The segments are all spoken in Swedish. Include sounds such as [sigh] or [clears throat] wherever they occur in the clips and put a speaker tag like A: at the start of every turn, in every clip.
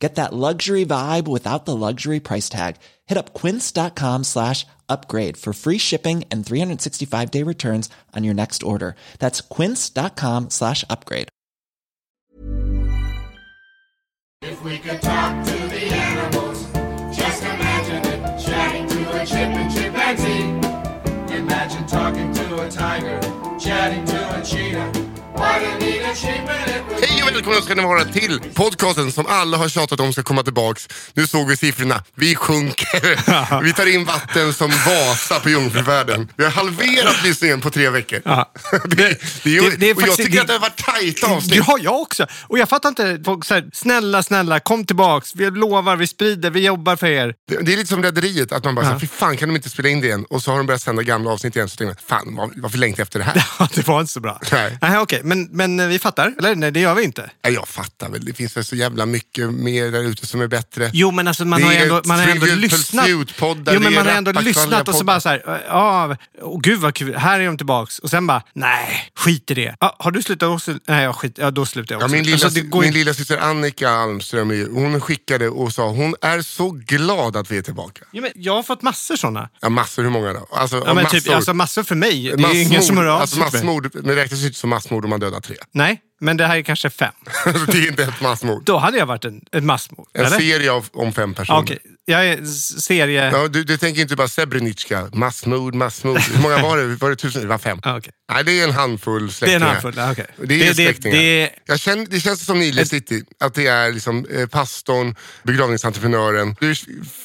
A: Get that luxury vibe without the luxury price tag. Hit up quince.com slash upgrade for free shipping and 365 day returns on your next order. That's quince.com slash upgrade.
B: If we could talk to the animals, just imagine it. Chatting to a chip and chimpanzee. Imagine talking to a tiger, chatting to a cheetah. What a neat achievement it would
C: Hej och välkomna ska ni vara till podcasten som alla har tjatat om ska komma tillbaks. Nu såg vi siffrorna. Vi
D: [laughs]
C: sjunker. Vi tar in vatten som Vasa på Jungfrufärden. Vi har halverat lyssningen på tre veckor.
D: Ja.
C: [laughs] Det, det, är-
D: Det- det är
C: och jag
D: faktiskt-
C: tycker
D: det-
C: att det har varit tajta avsnitt.
D: Ja, jag också. Och jag fattar inte. Folk säger, snälla, snälla, kom tillbaks. Vi lovar, vi sprider, vi jobbar för er. [laughs]
C: Det, det är lite som Rederiet, att man bara, ja. fy fan kan de inte spela in det igen? Och så har de börjat sända gamla avsnitt igen. Så tänker man, fan var- varför längtar jag efter det här?
D: Ja, det var inte så bra.
C: Nej.
D: Nej, okej. Men, men eh, vi fattar. Eller nej, det gör vi inte.
C: Ja, jag fattar väl, det finns väl så jävla mycket mer där ute som är bättre.
D: Jo, men alltså man
C: Det
D: har
C: är
D: ju ändå,
C: ett
D: man har ändå
C: Trivial
D: lyssnat.
C: Pursuit-poddar,
D: Jo,
C: det
D: men
C: är
D: man har ändå
C: rappackvallriga
D: lyssnat och så
C: poddar.
D: bara så här, ja, åh, gud vad kul, här är de tillbaks. Och sen bara, nej, skit i det. Ja, har du slutat också? Nej, jag skit, ja, då slutar jag
C: Ja,
D: också.
C: min lilla,
D: Alltså, det går
C: min
D: ju-
C: lilla syster Annika Almström, hon skickade och sa hon är så glad att vi är tillbaka.
D: Jo, men jag har fått massor sådana.
C: Ja, massor, hur många då? Alltså,
D: Ja, men
C: massor.
D: typ, alltså, massor för mig. Det är ju
C: Massmord.
D: ingen som hör av
C: alltså,
D: sig till mig.
C: massmord, men det räknas ju inte som massmord om man dödar tre. [laughs] Alltså,
D: Nej, men det här är kanske fem.
C: det är inte ett massmord.
D: Då hade jag varit en, ett massmord.
C: En
D: eller?
C: serie av, om fem personer.
D: Ja, Okej, jag är s- serie...
C: Ja, du, du tänker inte bara Srebrenica, massmord, massmord. Hur många var det? Var det tusen? Det var fem.
D: Ja, Ah, okej.
C: Nej, det är en handfull
D: Det är en
C: släktingar.
D: handfull. ja, okej.
C: Det är släktingar.
D: det-
C: Jag känner, det känns som Nile City, att det är liksom eh, pastorn, begravningsentreprenören. Du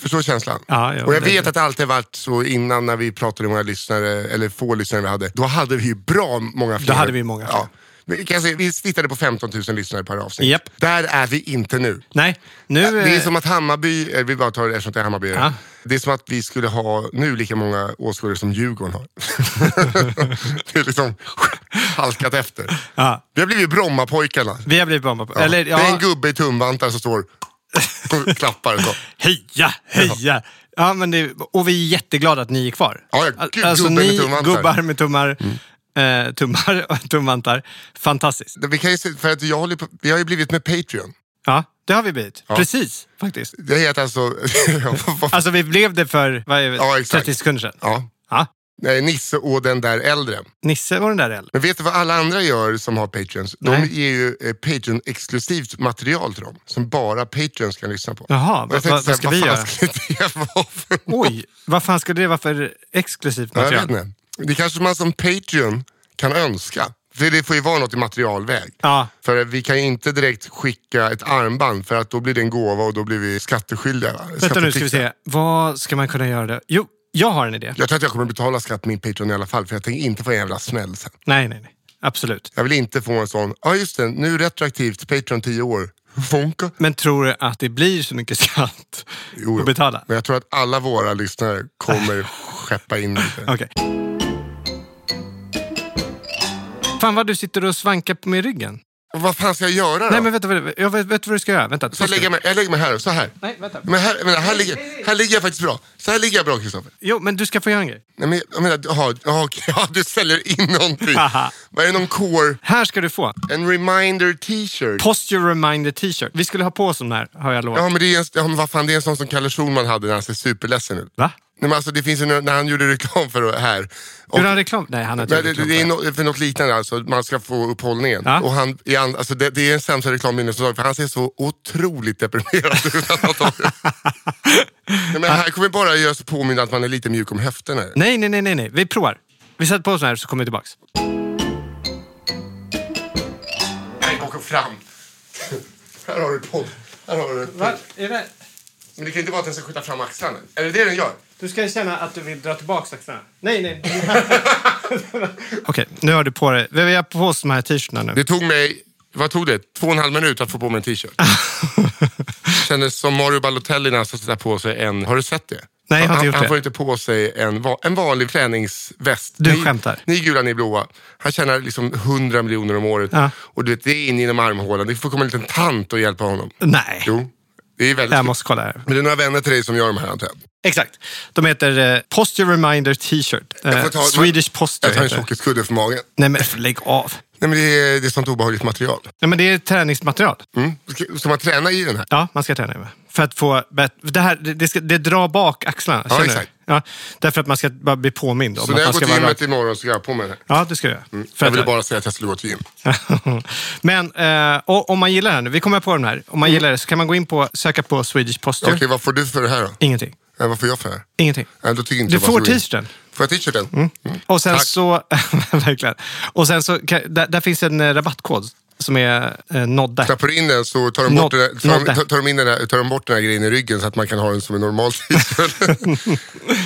C: förstår känslan?
D: Ja, ja,
C: och jag
D: det-
C: vet att det alltid har varit så innan när vi pratade med våra lyssnare, eller få lyssnare vi hade. Då hade vi ju bra många fler.
D: Då hade vi många fler.
C: Ja. Men vi kan säga, vi snittade på 15 000 lyssnare per avsnitt.
D: Japp.
C: Där är vi inte nu.
D: Nej, nu...
C: Det är
D: eh,
C: som att Hammarby, eh, vi bara tar det eftersom det är Hammarby.
D: Ja.
C: Det är som att vi skulle ha nu lika många åskådare som Djurgården
D: [laughs]
C: har. det är liksom halkat efter.
D: Ja.
C: Vi har blivit Brommapojkarna.
D: Vi har blivit bombade på. Eller,
C: Det är en
D: ja,
C: gubbe i tumvantar som står
D: [laughs]
C: och klappar. Så.
D: heja, heja! Ja, men det, och vi är jätteglada att ni är kvar.
C: Ja, ja, gud,
D: alltså,
C: gubbar med
D: ni,
C: tumvantar. Mm.
D: gubbar med tummar, eh, tummar och [laughs] tumvantar. Fantastiskt.
C: Vi, kan ju se, för att jag håller på, vi har ju blivit med Patreon.
D: Ja, det har vi blivit. Precis, faktiskt.
C: Det heter alltså... [laughs] ja, vad- vad-
D: Alltså, vi blev det för vad är, det,
C: Ja, exakt.
D: 30 sekunder sedan.
C: ja.
D: Ja.
C: Nej, Nisse och den där äldre.
D: Nisse var den där äldre.
C: Men vet du vad alla andra gör som har Patreons? De
D: Nej.
C: ger ju eh, Patreon-exklusivt material till dem. Som bara Patreons kan lyssna på.
D: Jaha,
C: Och jag
D: vad-
C: tänkte
D: vad-
C: så här,
D: vad ska vi
C: fan
D: göra?
C: ska det [laughs] vara för
D: Oj, vad fan skulle det vara för exklusivt
C: Ja, Jag
D: material?
C: vet inte. Det kanske man som Patreon kan önska. För det får ju vara något i materialväg.
D: Ja.
C: För vi kan ju inte direkt skicka ett armband för att då blir det en gåva och då blir vi skatteskyldiga. va?
D: Vänta nu ska vi
C: Skattepliktiga.
D: se. Vad ska man kunna göra? Då? Jo, jag har en idé.
C: Jag tror att jag kommer betala skatt på min Patreon i alla fall för jag tänker inte få en jävla smäll sen.
D: Nej, nej, nej. Absolut.
C: Jag vill inte få en sån, ja just det, nu retroaktivt, Patreon 10 år. Funka.
D: Men tror du att det blir så mycket skatt
C: jo.
D: att betala? Äh.
C: Men jag tror att alla våra lyssnare kommer skeppa in lite.
D: [laughs] Okej. Fan vad du sitter och svankar på med ryggen.
C: Och Vad fan ska jag göra då?
D: Nej men vänta, vänta, jag vet, vet vad du ska göra. Vänta.
C: så jag, lägger mig, jag lägger mig här, så här.
D: Nej, vänta.
C: Men här, men här, ligger, här ligger jag faktiskt bra. Så här ligger jag bra Kristoffer.
D: Jo, men du ska få göra en grej.
C: Nej men jag menar, jaha, jaha, okej, ja, du säljer in någonting.
D: Haha.
C: Vad är det någon core?
D: Här ska du få.
C: En reminder t-shirt?
D: Posture reminder t-shirt. Vi skulle ha på oss den här, har jag lovat.
C: Ja men, det är en, ja men vad fan, det är en sån som Kalle Schulman hade när han ser superledsen ut.
D: Va?
C: Nej, men alltså, det finns ju när när han gjorde reklam för det här. Och-
D: Gjorde han reklam? Nej, han har inte
C: Men
D: gjort
C: det,
D: reklam.
C: det är
D: för det.
C: no, för något liknande, alltså, man ska få upphållningen.
D: Ja.
C: Och han, i an- alltså, det, det är den sämsta reklambilden som jag har, för han ser så otroligt deprimerad ut. [laughs] när han tar det. Nej, [laughs] men här kommer bara göra sig påminna att man är lite mjuk om höfterna.
D: Nej, nej, nej, nej, nej. Vi provar. Vi sätter på oss den här så kommer vi tillbaks.
C: fram. [laughs] här har du podd. Här har du.
D: Va? Är det...
C: Men det kan inte vara att den ska skjuta fram axlarna. Är det det den gör?
D: Du ska ju känna att du vill dra tillbaka axlarna. Nej, nej. [laughs] Okej, nu har du på dig. Vi har på oss de här t-shirtarna nu.
C: [laughs] Det tog mig, vad tog det? Två och en halv minut att få på mig en t-shirt. Kändes som Mario Balotelli när han ska sätta på sig en, har du sett det?
D: Nej, jag har inte
C: han,
D: gjort
C: han
D: det.
C: får inte på sig en, va- en vanlig träningsväst.
D: Du
C: ni,
D: skämtar.
C: Ni gula, ni blåa. Han tjänar liksom 100 miljoner om året.
D: Ja.
C: Och du vet, det är in genom armhålan. Det får komma en liten tant och hjälpa honom.
D: Nej,
C: Jo, det är väldigt
D: jag
C: kul.
D: måste kolla här.
C: Men det är några vänner till dig som gör de här antar jag.
D: Exakt. De heter eh, Posture Reminder T-shirt. Eh,
C: får ta-
D: Swedish Posture
C: Jag tar en
D: heter det.
C: tjockiskudde för magen.
D: Nej men lägg av.
C: Nej, men det, är, det är sånt obehagligt material.
D: Nej men det är träningsmaterial.
C: Mm. Ska- Ska man träna i den här?
D: Ja, man ska träna med. För att få bättre... Det, här, det, det, ska, det drar bak axlarna. känner du?
C: exakt.
D: Ja, därför att man ska bara bli påmind om
C: Så
D: att
C: när jag
D: man
C: går
D: ska
C: till
D: vara
C: gymmet imorgon så ska jag ha på mig den här.
D: Ja, det ska jag göra. För
C: Mm. Jag
D: att-
C: ville bara säga att jag skulle gå till gym.
D: Men eh, och, om man gillar den, vi kommer på den här. Om man gillar det så kan man gå in på söka på Swedish Posture.
C: Mm. Okej, vad får du för det här då?
D: Ingenting.
C: Nej, vad får jag för det här?
D: Ingenting.
C: Nej, då tycker inte
D: Du
C: jag bara
D: får
C: så in.
D: t-shirten.
C: Får jag t-shirten? Mm.
D: Och sen
C: Tack.
D: så, [laughs] verkligen. Och sen så, kan, där, där finns en eh, rabattkod som är eh, Nodde.
C: Tappar du in den så tar de,
D: Nå-
C: bort den här, tar,
D: nådde.
C: de, tar, de in den här, tar de bort den här grejen i ryggen så att man kan ha den som en normal
D: [laughs]
C: t-shirt.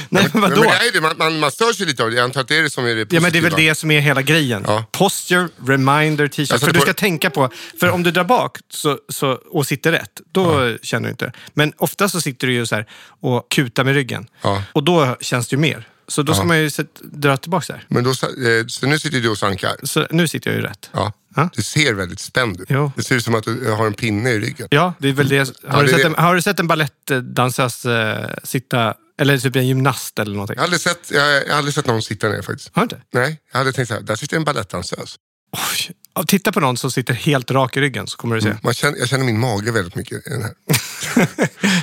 D: Nej, men vadå?
C: Men det är det, man, man, man stör sig lite av det. Jag antar att det är det som är det
D: Ja,
C: positiva.
D: men det är väl det som är hela grejen.
C: Ja.
D: Posture, reminder, t-shirt.
C: Jag
D: För
C: satte
D: du
C: på-
D: ska tänka på, för om du drar bak så, så, och sitter rätt, då känner du inte. Men ofta så sitter du ju så här och kutar med ryggen.
C: Ja.
D: Och då känns det ju mer. Så då ska man ju sätt- dra tillbaka så här.
C: Men då, sa- eh, så nu sitter du och sankar.
D: Så nu sitter jag ju rätt.
C: Ja.
D: Ja.
C: Du ser väldigt spänd ut.
D: Jo.
C: Det ser ut som att du eh, har en pinne i ryggen.
D: Ja, det är väl det. Har,
C: Ja, det
D: du,
C: är
D: sett
C: det.
D: En, har du sett en balettdansös eh, sitta, eller typ en gymnast eller någonting?
C: Jag har aldrig sett, jag, jag har aldrig sett någon sitta ner faktiskt.
D: Har du inte?
C: Nej, jag hade tänkt så här, där sitter en balettdansös.
D: Oj. Ja, Titta på någon som sitter helt rak i ryggen så kommer du se.
C: Man känner, jag känner min mage väldigt mycket i
D: [laughs]
C: den här.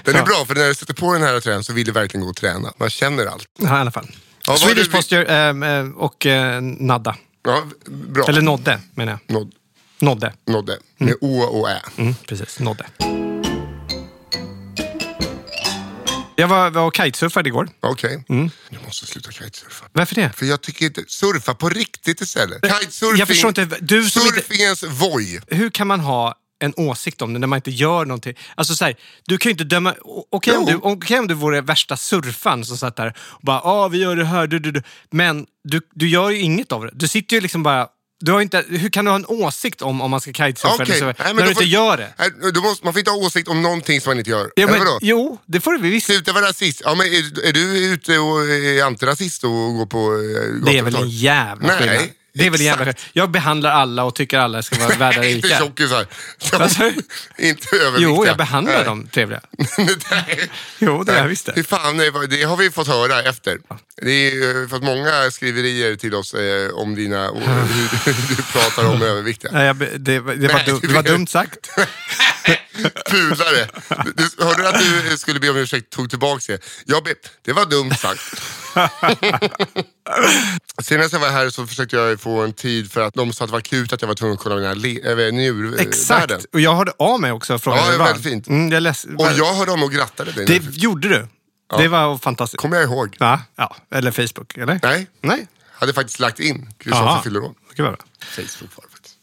C: Den är
D: Ja.
C: bra, för när jag sätter på den här och tränar så vill jag verkligen gå och träna. Man känner allt.
D: Ja, i alla fall.
C: vad är
D: Swedish
C: det vi-
D: Posture ehm, eh, och eh, Nadda.
C: Ja, bra.
D: Eller Nodde, menar jag.
C: Nåd,
D: Nodde.
C: nådde. Med Å och Ä.
D: Mm, precis. Nodde. Jag var, var och kitesurfade igår.
C: Okej.
D: Mm.
C: Jag måste sluta kitesurfa.
D: Varför det?
C: För jag tycker inte... Surfa på riktigt istället. Kitesurfing.
D: Jag förstår inte. Du som inte-
C: surfingens voj.
D: Hur kan man ha en åsikt om det när man inte gör någonting? Alltså så här, du kan ju inte döma... o- Okej om,
C: Jo.
D: du- okej om du vore värsta surfan som satt där och bara ah, vi gör det här, du, du, du. Men du, du gör ju inget av det. Du sitter ju liksom bara... Du har ju inte, hur kan du ha en åsikt om om man ska kitesurfa eller
C: Okej.
D: så,
C: Nej, men då
D: när du inte
C: får-
D: gör det?
C: Nej, då måste, man får inte ha åsikt om någonting som man inte gör.
D: Ja,
C: Eller
D: men,
C: vadå?
D: jo, det får du visst.
C: Sluta vara rasist. Ja, men är, är du ute och är antirasist och går på eh, gator
D: Det är
C: och
D: väl
C: torg?
D: en jävla
C: Nej,
D: skillnad. Det är väl en jävla
C: exakt.
D: skillnad. Jag behandlar alla och tycker alla ska
C: [laughs]
D: vara värda
C: Nej, inte
D: lika.
C: tjockisar.
D: Vad sa du?
C: [laughs] inte överviktiga.
D: Jo, jag behandlar
C: Nej.
D: dem
C: [laughs]
D: trevliga.
C: Nej.
D: Jo, det
C: Nej.
D: gör jag visst det.
C: Fy fan, nej, vad- det har vi fått höra efter. Det är ju fått många skriverier till oss eh, om dina,
D: [laughs]
C: och hur du- du pratar om överviktiga.
D: Nej, jag, be- det, var- det, var,
C: Nej,
D: dum,
C: det
D: det var
C: blir- [laughs]
D: dumt sagt.
C: Pudlare. Du, hörde du att du skulle be om ursäkt, tog tillbaka det? Jag be, det var dumt
D: [laughs]
C: sagt. Senast jag var här så försökte jag få en tid för att de sa att det var akut att jag var tvungen att kolla mina le- äh, njurvärden.
D: Exakt. Och jag hörde av mig också och frågade
C: Ja,
D: hur det
C: det är
D: var.
C: väldigt fint.
D: Mm, jag läs,
C: Och jag hörde om och grattade dig.
D: Det
C: Det...
D: gjorde du. Det var fantastiskt.
C: Kommer jag ihåg.
D: Ja, ja, eller Facebook, eller?
C: Nej.
D: Nej.
C: Hade faktiskt lagt in
D: Jaha.
C: Kristoffer fyller år.
D: Gud, vad bra.
C: Facebook var det faktiskt.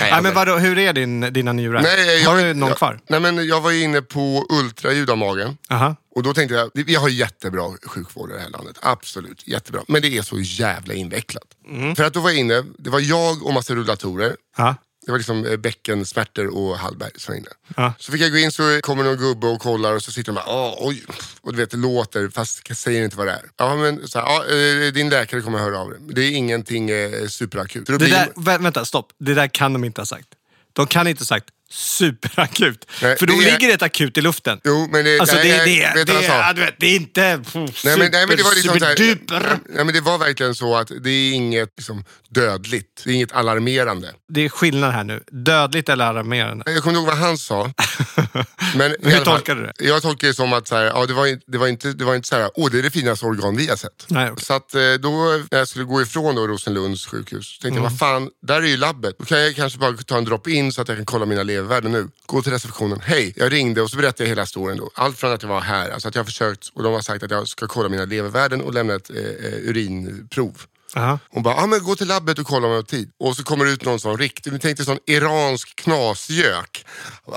D: Nej, men vadå, hur är din, dina njurar?
C: Nej,
D: Har
C: jag-
D: du någon
C: jag,
D: kvar?
C: Nej, men jag var inne på ultraljud av magen.
D: Aha.
C: Och då tänkte jag, vi har jättebra sjukvård i det här landet. Absolut, jättebra. Men det är så jävla invecklat. För att då var jag inne, det var jag och massa rullatorer.
D: Mm. Ja.
C: Det var liksom eh, bäckensmärtor och Hallberg som var inne.
D: Ja.
C: Så fick jag gå in så kommer någon gubbe och kollar och så sitter de bara, "Ah, oj. Och du vet, det låter fast jag säger inte vad det är. Ja, men så här, "Ja, eh, din läkare kommer höra av dig. Det är ingenting eh, superakut. Så då
D: Det
C: blir-
D: där, vä- vänta, stopp. Det där kan de inte ha sagt. De kan inte ha sagt superakut.
C: Nej,
D: För då
C: det är-
D: ligger ett akut i luften.
C: Jo, men det,
D: Alltså
C: nej,
D: det,
C: nej,
D: det, det,
C: vet du vad han sa?
D: ja, du vet, det är inte pff, super,
C: Nej men, nej, men det var liksom så
D: superduper.
C: här, nej, men det var verkligen så att det är inget liksom, dödligt, det är inget alarmerande.
D: Det är skillnad här nu. Dödligt eller alarmerande.
C: Jag kommer inte ihåg vad han
D: [laughs]
C: sa. Men i
D: Hur
C: alla fall,
D: tolkade du det?
C: Jag tolkar det som att så här, ja, det, var, in- det var inte, det var inte så här, åh det är det finaste organ vi har sett.
D: Nej, okej.
C: Så att eh, då, när jag skulle gå ifrån då Rosenlunds sjukhus, så tänkte
D: Mm.
C: jag, vad fan, där är ju labbet. Då kan jag kanske bara ta en drop-in så att jag kan kolla mina levervärden nu. Gå till receptionen, hej, jag ringde och så berättade jag hela storyn då. Allt från att jag var här, alltså att jag har försökt och de har sagt att jag ska kolla mina levervärden och lämna ett eh, eh, urinprov.
D: Aha.
C: Hon bara, ja men gå till labbet och kolla om jag har tid. Och så kommer det ut någon sån riktig, nu tänkte sån iransk knasgök.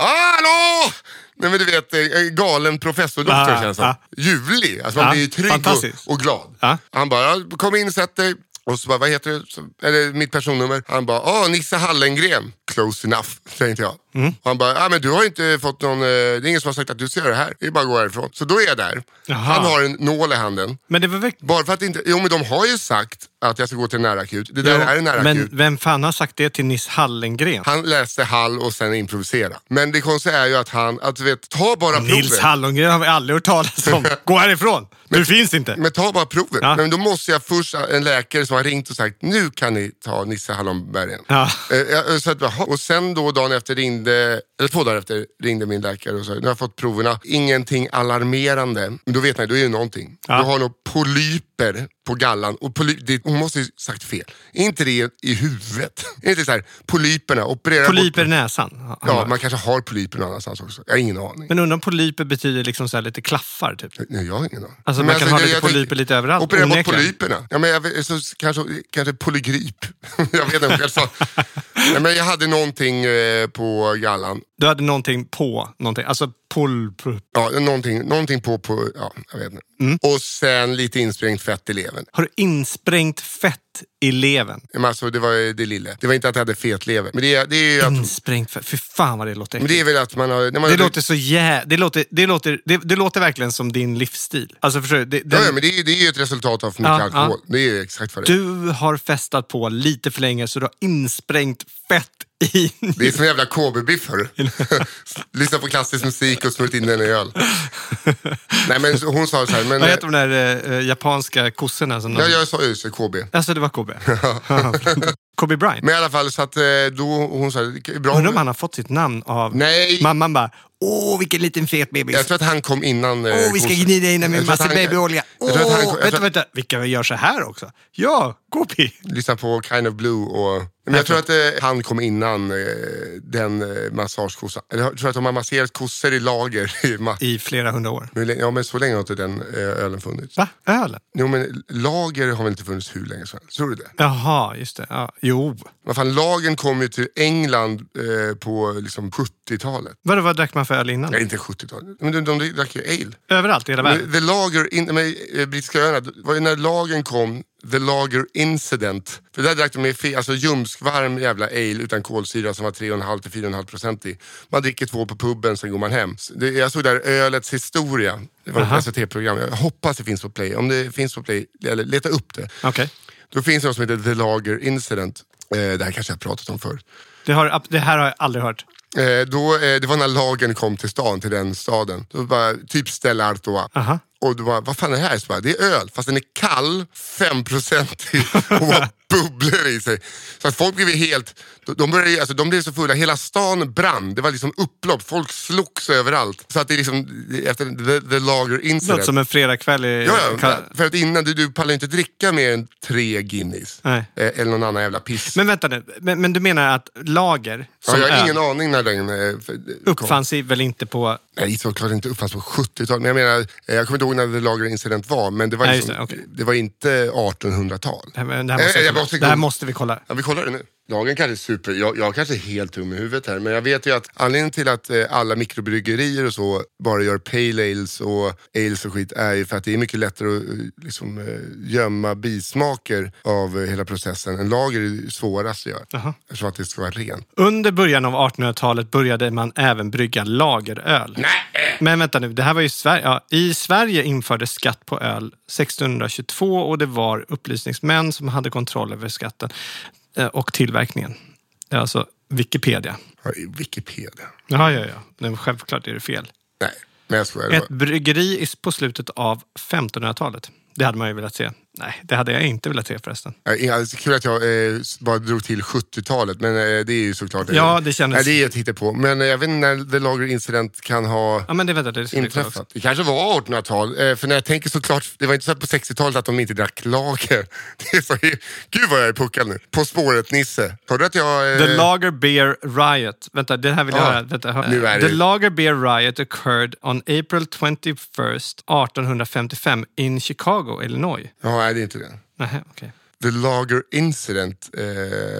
C: Hallå! Nej men du vet, eh, galen professordoktor
D: Ah,
C: känns det
D: ah.
C: Ljuvlig, alltså man
D: Ah,
C: blir ju trygg
D: fantastiskt.
C: och, och glad.
D: Ah.
C: Han bara, ja, kom in sätt dig. Och så bara, vad heter du? Så- Eller mitt personnummer. Han bara, ah Nisse Hallengren. Close enough, tänkte jag.
D: Mm.
C: Och han bara, ah, men du har ju inte fått någon, eh, det är ingen som har sagt att du ska göra det här. Det är bara att gå härifrån. Så då är jag där.
D: Jaha.
C: Han har en nål i handen.
D: Men det var väl...
C: Bara för att inte... Jo men de har ju sagt att jag ska gå till en närakut. Det där är en närakut.
D: men vem fan har sagt det till Nils Hallengren?
C: Han läste Hall och sen improvisera. Men det konstiga är ju att han, att du vet, ta bara
D: Nils
C: provet.
D: Hallengren har vi aldrig hört
C: [laughs]
D: talas om. Gå härifrån! Du finns inte!
C: Men ta bara provet.
D: Ja.
C: Men då måste jag först, en läkare som har ringt och sagt nu kan ni ta Nisse Hallonbergen.
D: Ja.
C: Eh, jag- Så att, jaha. och sen då dagen efter ringde, eller två dagar efter ringde min läkare och sa nu har jag fått proverna. Ingenting alarmerande. Men då vet man, då är det någonting. Du har nog polyper på gallan. Och poly, det, hon måste ju sagt fel. Är inte det i huvudet? [laughs] Är inte så här, polyperna, operera bort.
D: Polyper i näsan. Han
C: Ja,
D: bara-
C: man kanske har polyper någon annanstans också. Jag har ingen aning.
D: Men undrar om polyper betyder liksom så här lite klaffar, typ.
C: Nej, jag har ingen aning.
D: Alltså,
C: Men
D: man kan ha
C: jag-
D: lite
C: jag tänker-
D: polyper lite överallt,
C: Operera bort
D: onekligen.
C: polyperna. Ja, men jag, vet- så, kanske, kanske polygrip. [laughs] jag vet inte. Kanske, Nej, men jag hade någonting eh, på gallan.
D: Du hade någonting på någonting. Alltså pol... pol-
C: Ja, någonting, någonting på, på ja, jag vet inte.
D: Mm.
C: Och sen lite insprängt fett i levern.
D: Har du insprängt fett i levern?
C: Men alltså, det var ju det lilla. Det var inte att jag hade fet lever. Men det, är- det, är, ju att,
D: Insprängt fett? Fy fan vad det låter
C: men
D: äckligt.
C: det är väl att man har... När man
D: Mm. Det
C: har-
D: låter så jä... Det låter, det, låter, det, det låter verkligen som din livsstil. Alltså förstår du? Det,
C: Ja,
D: den-
C: ja, men det, är, det är ju ett resultat av för mycket
D: Ja,
C: alkohol. Det är ju exakt vad det är.
D: Du har festat på lite för länge så du har insprängt fett i... [laughs]
C: Det är som en jävla KB-biff hörru. Lyssna på klassisk musik och smutt in den i öl. Nej men så- hon sa så här, men...
D: Vad heter de där eh, eh, japanska kossorna? Som
C: Ja,
D: de...
C: jag sa ju så, KB.
D: Alltså det var KB.
C: [laughs]
D: [laughs] Kobe Bryant.
C: Men i alla fall så att eh, då, hon sa, det är bra
D: Undrar om han har fått sitt namn av...
C: Nej,
D: Mamman bara, åh vilken liten fet bebis.
C: jag tror att han kom innan. eh,
D: Åh, vi ska
C: kossan.
D: gnida in den med
C: Jag tror
D: massa
C: att han-
D: babyolja.
C: Jag tror att han- jag
D: Åh, vänta,
C: tror-
D: vänta. Vilka gör så här också? Ja, KP.
C: Lyssna på Kind of Blue och... Men jag tror att eh, han kom innan eh, den eh, massagekossan. Eller jag tror att de har masserat kossor i lager. I ma-
D: I flera hundra år.
C: Hur länge- ja men så länge har inte den eh, ölen funnits.
D: Va? Ölen?
C: Jo men lager har väl inte funnits hur länge som helst? Tror du det?
D: Jaha, just det. Ja. Jo.
C: Vad fan, lagen kom ju till England eh, på liksom 70-talet.
D: Vadå, vad drack man för öl innan?
C: Nej, inte 70-talet. Men de, de drack ju ale.
D: Överallt i hela världen?
C: Men The Lager, in, med, eh, brittiska öarna, det var ju när lagen kom, The Lager Incident. För där drack de med fe, alltså ljumskvarm jävla ale utan kolsyra som var 3,5-4,5 procent i. Man dricker två på puben, sen går man hem. Så Det, jag såg där ölets historia. Det var ett SVT-program. Jag hoppas det finns på Play. Om det finns på Play, eller leta upp det.
D: Okej.
C: Då finns det något som heter The Lager Incident. Eh, det här kanske jag har pratat om förut.
D: Det, har, det här har jag aldrig hört.
C: Eh, då, eh, det var när lagen kom till stan, till den staden. Då bara, typ Stella Artois.
D: Aha.
C: Och då bara, vad fan är det här? Så bara, det är öl, fast den är kall, 5% och
D: [laughs]
C: har bubblor i sig. Så att folk blev ju helt, de, de, började, ju- alltså, de blev så fulla, hela stan brann. Det var liksom upplopp, folk slogs överallt. Så att det är liksom, efter the, the lager
D: Det låter
C: incident.
D: som en fredagkväll i...
C: Ja, ja,
D: Ka-
C: för att innan, du, du pallar inte dricka mer än tre Guinness.
D: Nej.
C: Eh, eller någon annan jävla piss.
D: Men vänta nu, men, men du menar att lager
C: ja,
D: som
C: jag har
D: öl
C: ingen aning när den eh, för- kom.
D: uppfanns i- väl inte på...
C: Nej, såklart inte uppfanns på 70-talet. Men jag menar, eh, jag kommer inte ihåg när The Lager Incident var, men det var,
D: Nej,
C: liksom,
D: just det, okej.
C: det var inte 1800-tal.
D: Det här, det här, måste,
C: Eh,
D: vi
C: jag
D: kolla.
C: måste-
D: det här måste vi kolla.
C: Ja, vi kollar det nu. Lagen kanske är super, jag, jag kanske är helt dum i huvudet här, men jag vet ju att anledningen till att eh, alla mikrobryggerier och så bara gör pale ales och ales och skit är ju för att det är mycket lättare att eh, liksom, eh, gömma bismaker av eh, hela processen. En lager är ju svårast att göra,
D: Jaha.
C: eftersom att det ska vara rent.
D: Under början av 1800-talet började man även brygga lageröl. Men vänta nu, det här var ju Sverige. Ja, I Sverige infördes skatt på öl 1622 och det var upplysningsmän som hade kontroll över skatten eh, och tillverkningen. Det är Alltså Wikipedia.
C: Ja, i Wikipedia.
D: Ja, ja, ja. Men självklart är det fel.
C: Nej, men jag skojar. Det
D: Ett
C: var-
D: bryggeri is- på slutet av 1500-talet. Det hade man ju velat se. Nej, det hade jag inte velat se förresten.
C: Nej, ja, det är kul att jag eh, bara drog till 70-talet, men eh, det är ju såklart...
D: Ja, det kändes-
C: Nej, det är ett hittepå. Men eh, jag vet inte när The Lager Incident kan ha
D: Ja, men det vänta, det ska vi kolla också.
C: inträffat. Det kanske var 1800-tal, eh, för när jag tänker såklart, det var inte så här på 60-talet att de inte drack lager. [laughs] Det är så, gud vad jag är puckad nu. På spåret-Nisse. Hörde du att jag...
D: The
C: eh,
D: Lager Beer Riot. Vänta, det här vill jag
C: Ja,
D: höra. Vänta, hör.
C: nu är det
D: The
C: ju-
D: Lager Beer Riot occurred on April 21st, 1855 in Chicago, Illinois.
C: Ja, nej, det är inte det.
D: Nähä, okej.
C: The Lager Incident. Eh,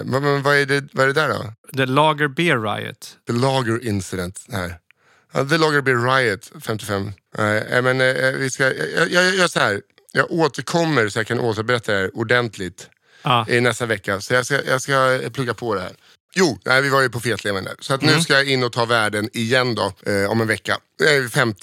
C: men, men, vad, är det, vad är det där då?
D: The Lager Beer Riot.
C: The Lager Incident. Här. Ja, The Lager Beer Riot 55. Nej, eh, men eh, vi ska, jag, jag, jag gör så här. Jag återkommer så jag kan återberätta det här ordentligt
D: Ja.
C: i nästa vecka. Så jag ska, jag ska plugga på det här. Jo, nej, vi var ju på fetleven där. Så att
D: Mm.
C: nu ska jag in och ta värden igen då, eh, om en vecka. Eh, 5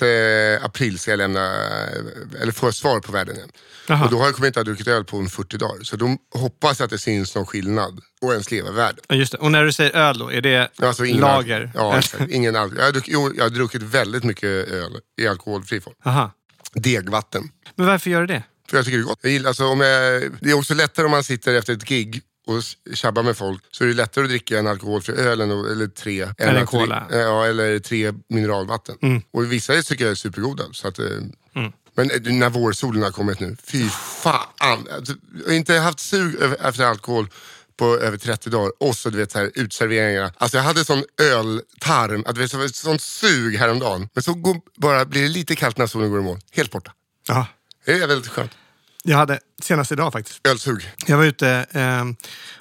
C: april ska jag lämna, eh, eller få ett svar på värden igen.
D: Jaha.
C: Och då har jag, kommer jag inte ha druckit öl på en 40 dagar. Så då hoppas jag att det syns någon skillnad och ens levervärde.
D: Ja, Just det. Och när du säger öl då, är det
C: Alltså ingen
D: lager?
C: Ja,
D: [laughs]
C: exakt. ingen alkohol. Jag, har druck- jo, jag har druckit väldigt mycket öl i alkoholfri form.
D: Aha.
C: Degvatten.
D: Men varför gör du det?
C: För jag tycker det är gott. Jag gillar, alltså, om jag, det är också lättare om man sitter efter ett gig och s- tjabbar med folk. Så är det lättare att dricka en alkoholfri öl än, eller tre. än
D: Eller
C: att
D: cola. Mm.
C: dri- Ja, eller tre mineralvatten. Och vissa tycker jag är supergoda. Så att, eh, Men eh, när vårsolen har kommit nu, fy fan. Alltså, Jag har inte haft sug över- efter alkohol på över 30 dagar. Och så du vet, så här, utserveringarna. Alltså jag hade sån öltarm, att det var ett sånt sug häromdagen. Men så går, bara blir det lite kallt när solen går i moln. Helt borta.
D: Ja.
C: Det är väldigt skönt.
D: Jag hade senast idag faktiskt.
C: Ölsug.
D: Jag var ute eh,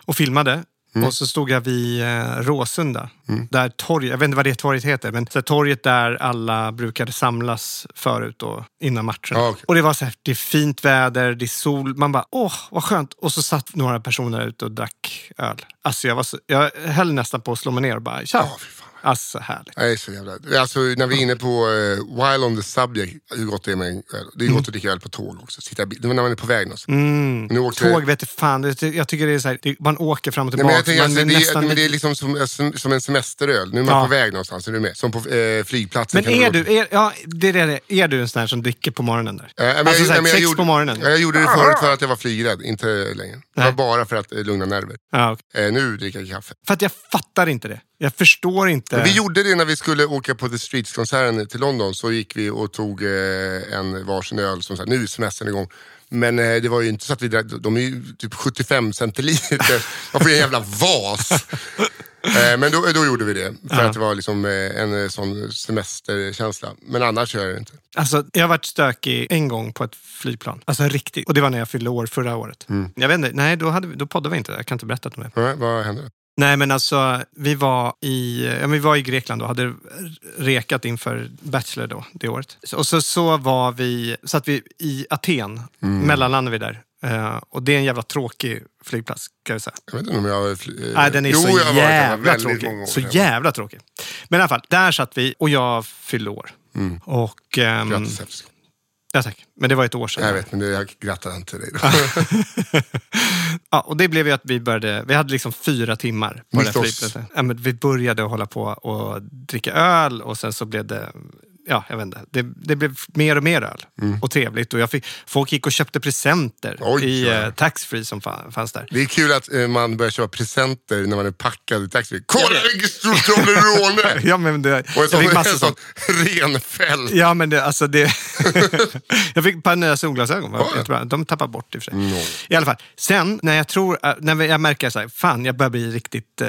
D: och filmade.
C: Mm.
D: Och så stod jag vid eh, Råsunda. Där torget, jag vet inte vad det torget heter, men så här, torget där alla brukade samlas förut då, innan matchen.
C: Ja, okej.
D: Och det var så här, det är fint väder, det är sol. Man bara, åh vad skönt. Och så satt några personer ute och drack öl. Alltså jag, var så, jag höll nästan på att slå mig ner och bara, tja.
C: fy fan.
D: Alltså härligt.
C: Nej, så jävla... Alltså, när vi är inne på eh, while on the subject, hur gott det är med en öl. Det är
D: Mm.
C: gott att dricka öl på tåg också. Sitta i bil. Det var när man är på väg någonstans. Nu åkte...
D: Tåg vet du fan, det- jag tycker det är så här, det, man åker fram och
C: Nej,
D: tillbaka.
C: men jag tänker,
D: man
C: alltså, det,
D: är nästan
C: är, men det är
D: lite-
C: liksom som, som, som en semesteröl. Nu är man
D: Ja.
C: på väg någonstans, är du med? Som på eh, flygplatsen.
D: Men
C: kan
D: är
C: gå-
D: du, är, ja, det är, det. är du en sån här som dricker på morgonen där?
C: Eh, men jag-
D: alltså
C: nej,
D: så här,
C: men jag
D: sex
C: gjorde-
D: på morgonen?
C: Ja, Jag gjorde det förut för att jag var flygrädd, inte längre. Det var
D: Nej.
C: bara för att eh, lugna nerver.
D: Ja, okej.
C: Eh, nu dricker jag kaffe.
D: För att jag fattar inte det. Jag förstår inte.
C: Vi gjorde det när vi skulle åka på The Streets-konserten till London. Så gick vi och tog eh, en varsin öl som sa nu är semestern igång. Men eh, det var ju inte så att vi drack, de är ju typ 75
D: [laughs]
C: centiliter. Man får ju en jävla vas. Eh, men då, då gjorde vi det. För att det var liksom eh, en eh, sån semesterkänsla. Men annars gör jag det inte.
D: Alltså, jag har varit stökig en gång på ett flygplan. Alltså riktigt. Och det var när jag fyllde år förra året.
C: Mm.
D: Jag vet inte, nej då, hade vi, då poddade vi inte. Jag kan inte berätta om det.
C: Nej, vad hände?
D: Nej men alltså, vi var i, ja, men vi var i Grekland då. Hade rekat inför Bachelor då, det året. Så- Och så, så var vi, satt vi i Aten.
C: Mm.
D: Mellanlandade vi där. Eh, och det är en jävla tråkig flygplats kan jag säga.
C: Jag vet inte om jag har... fly- eh,
D: Nej, den är
C: jo, jag har
D: så
C: varit där
D: jävla
C: väldigt
D: tråkig.
C: många år
D: Så
C: sedan.
D: jävla tråkig. Men i alla fall, där satt vi och jag fyllde år. Och... ehm,
C: Mm. Grattis Efterskott.
D: ja, tack. Men det var ett år sedan.
C: Jag vet, men det- jag grattar inte dig.
D: [laughs]
C: då. [laughs]
D: Ja, och det blev ju att vi började... Vi hade liksom fyra timmar på
C: Mitt
D: den
C: oss.
D: flygplatsen. Ja, men vi började hålla på och dricka öl och sen så blev det... Ja, jag vet inte. Det, det blev mer och mer öl. Och trevligt. Och jag fick, folk gick och köpte presenter
C: Mm. Oj,
D: i
C: ja.
D: eh, taxfree som fan, fanns där.
C: Det är kul att eh, man börjar köpa presenter när man är packad i taxi. Kolla vilken stor trolleråne!
D: [laughs] Ja, men det,
C: Och en
D: jag
C: sån,
D: fick
C: en
D: massa
C: sån
D: sånt.
C: renfäll.
D: Ja, men det, alltså det... jag fick ett par nya solglasögon. Var jättebra. De tappar bort i och för sig. I alla fall, sen när jag tror, äh, när jag märker så här, fan jag börjar bli riktigt eh,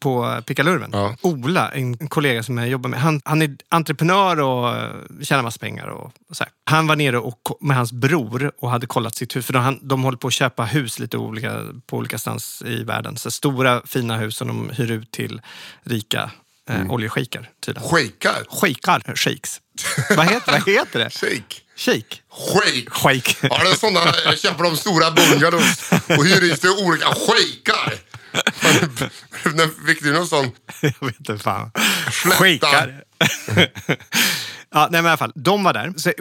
D: på pickalurven.
C: Ja.
D: Ola, en en kollega som jag jobbar med, han, han är entreprenör och eh, tjänar massa pengar. Och, och så här. Han var nere och, ko- med hans bror och hade kollat sitt hus. För de, han, de håller på att köpa hus lite olika, på olika stans i världen. Så stora fina hus som de hyr ut till rika eh, oljeshejker tydligen.
C: Shejkar.
D: Shejkar. Shakes. Vad heter, vad heter det?
C: Shejk.
D: Shake?
C: Shejk.
D: Shake.
C: Ja, det är sådana, eh, köper de stora bungalows och hyr ut till olika
D: [laughs]
C: shejkar. [laughs] När Fick du någon sån?
D: [laughs] Jag vet inte fan.
C: Slättar.
D: Shakar. [laughs] Ja, nej, men i alla fall, de var där, så,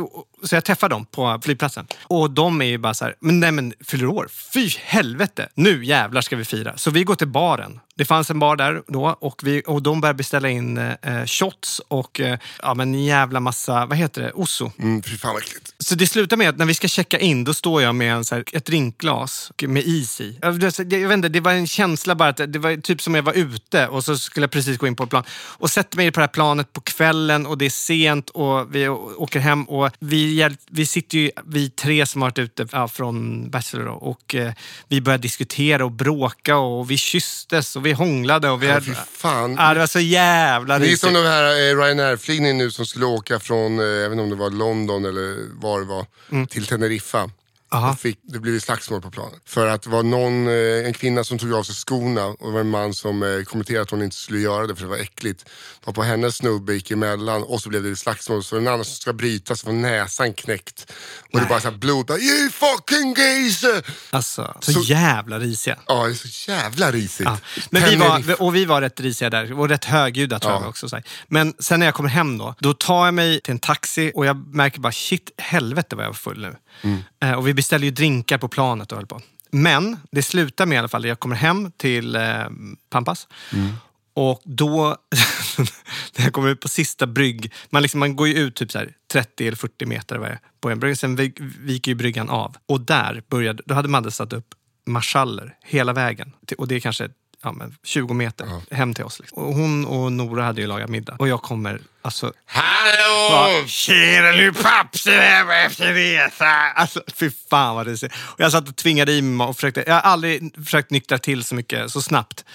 D: så jag träffade dem på flygplatsen. Och de är ju bara så här, men nej men fyller du år? Fy helvete! Nu jävlar ska vi fira. Så vi går till baren. Det fanns en bar där då och, vi, och de började beställa in eh, shots och eh, ja, men en jävla massa, vad heter det, osso.
C: Mm, fy fan vad äckligt.
D: Så det slutar med att när vi ska checka in, då står jag med en, så här, ett drinkglas med is i. Jag, jag, jag vet inte, det var en känsla bara, att det var typ som jag var ute och så skulle jag precis gå in på ett plan. Och sätter mig på det här planet på kvällen och det är sent och vi å- åker hem och vi, hjäl- vi sitter ju, vi tre som har varit ute ja, från Bachelor då, och eh, vi började diskutera och bråka och vi kysstes och vi hånglade och vi...
C: Ja,
D: hade-
C: fy fan.
D: Ja, det var så jävla
C: Det är
D: risigt.
C: som de här eh, Ryanair-flygningen nu som skulle åka från, eh, jag vet inte om det var London eller var det var, till Teneriffa.
D: Mm. Aha.
C: Och fick, det blev ju slagsmål på planet. För att det var någon, eh, en kvinna som tog av sig skorna och det var en man som eh, kommenterade att hon inte skulle göra det för det var äckligt. Var på hennes snubbe gick emellan och så blev det slagsmål. Så den andra som ska bryta så var näsan knäckt. Och det bara så här blod. bara, You fucking gays!
D: Alltså, så,
C: Så-
D: jävla risiga.
C: Ja, det är så jävla risigt.
D: Ja. Men vi
C: Tenerife.
D: var, och vi var rätt risiga där och rätt högljudda tror jag också. Så här. Men sen när jag kommer hem då, då tar jag mig till en taxi och jag märker bara shit, helvete vad jag var full nu. Eh, och vi beställer ju drinkar på planet och höll på. Men det slutar med i alla fall, jag kommer hem till eh, Pampas. Och då, [laughs] när jag kommer ut på sista brygg, man, liksom, man går ju ut typ så här 30 eller 40 meter vad det är, på en brygga, sen vik- viker ju bryggan av. Och där började, då hade Madde satt upp marschaller hela vägen. Till- Och det är kanske ja, men 20 meter hem till oss. Liksom. Och hon och Nora hade ju lagat middag och jag kommer alltså...
C: Hallå!
D: Tjena nu paps, efter resa! Alltså fy fan vad det ser. Och jag satt och tvingade i mig och försökte, jag har aldrig försökt nyktra till så mycket, så snabbt.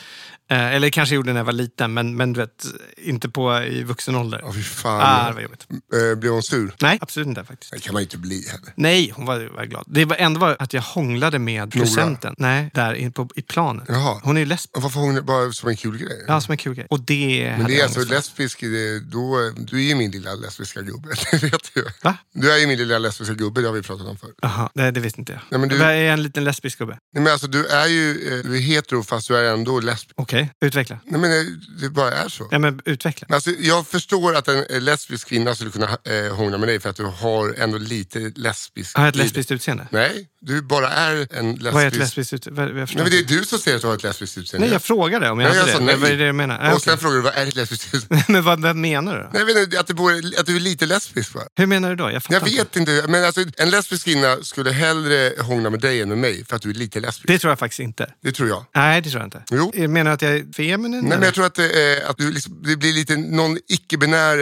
D: Eh, eller kanske gjorde när jag var liten, men, men du vet, inte på i vuxen ålder.
C: Ja, fy fan.
D: Ah, det var jobbigt.
C: Eh, blev hon sur?
D: Nej, absolut inte faktiskt.
C: Det kan man ju inte bli heller.
D: Nej, hon var, var glad. Det var, enda var att jag hånglade med producenten. Nej, där i, på, i planen.
C: Jaha.
D: Hon är ju lesbisk.
C: Och Varför har hon det bara som en kul grej?
D: Ja, som en kul grej. Och det...
C: Men
D: hade
C: det är
D: jag
C: alltså
D: ångest för.
C: lesbisk, det, då, du är ju min lilla lesbiska gubbe. [laughs] Det vet du.
D: Va?
C: Du är ju min lilla lesbiska gubbe, det har vi pratat om förr.
D: Jaha, nej det visste inte jag.
C: Nej, men du-
D: Jag är en liten lesbisk gubbe.
C: Nej, men alltså, du är ju eh, du är hetero fast du är ändå lesbisk.
D: Okej, utveckla.
C: Nej, men eh, det bara är så.
D: Ja, men utveckla.
C: Men Alltså, jag förstår att en eh, lesbisk kvinna skulle kunna eh, hångla med dig för att du har ändå lite lesbisk...
D: Har jag ett
C: liv.
D: lesbiskt utseende?
C: Nej, du bara är en lesbisk...
D: Vad är ett lesbiskt utseende? Vad- Jag
C: Nej,
D: förstår
C: men det är
D: inte.
C: du som säger att du har ett lesbiskt utseende.
D: nej, jag frågade om jag
C: Nej,
D: hade
C: jag sa
D: det.
C: nej.
D: Vad är det du menar? Ah,
C: Och
D: okej.
C: sen frågar du vad är ett lesbiskt utseende?
D: [laughs] men vad, vad menar du då?
C: Nej, jag vet inte, att, det bor, att du är lite lesbisk bara.
D: Hur menar du då? Jag fattar
C: Jag
D: inte.
C: vet inte, men alltså, en lesbisk kvinna skulle hellre hångla med dig än med mig för att du är lite lesbisk. Det,
D: Det tror jag faktiskt inte.
C: tror jag.
D: Nej, det tror jag inte.
C: Jo.
D: Jag Menar du att jag är feminin?
C: Nej,
D: eller?
C: men jag tror att, eh, att du liksom, det blir lite någon icke-binär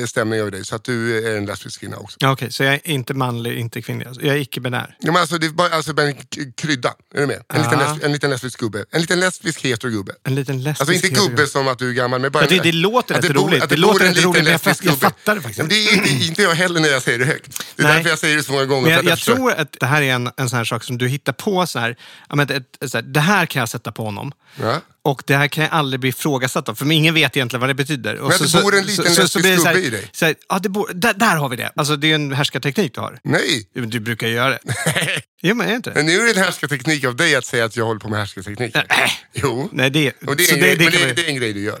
C: eh, stämning över dig så att du eh, är en lesbisk kvinna också.
D: Ja, Okej, så jag är inte manlig, inte kvinnlig. alltså. Jag är icke-binär.
C: Ja, men alltså, det är bara, alltså bara en k- krydda, är du med? En, liten,
D: Ja.
C: lesb- en liten lesbisk gubbe. En liten lesbisk heterogubbe.
D: En liten lesbisk...
C: Alltså inte gubbe som att du är gammal, men bara...
D: Jag tycker det låter rätt roligt. Det låter rätt roligt, men jag fatt- jag fattar det faktiskt
C: Men det är inte, inte jag heller när jag säger det högt. Det är
D: Nej.
C: därför jag säger det så många gånger.
D: Men
C: för
D: jag,
C: att
D: jag
C: förstår.
D: tror att det här är en, en sån här sak som du hittar på. Så här, ja, men ett, ett, så här, det här kan jag sätta på honom.
C: Ja.
D: Och det här kan jag aldrig bli ifrågasatt av, för ingen vet egentligen vad det betyder. Och
C: Men det bor en liten lesbisk
D: blir det så här-
C: gubbe i dig.
D: Så här, ja, det bor, där, där har vi det. Alltså, det är en härskarteknik du har.
C: Nej! [laughs]
D: Jo, men Du brukar ju göra det. jo, men är det inte det?
C: Men nu är det en härskarteknik av dig att säga att jag håller på med
D: [clears throat]
C: härskarteknik.
D: Nej.
C: Jo.
D: Äh, Nej, det,
C: Och det är,
D: så
C: en grej,
D: det,
C: men
D: kan
C: det,
D: man ju-
C: är, det är en grej du gör.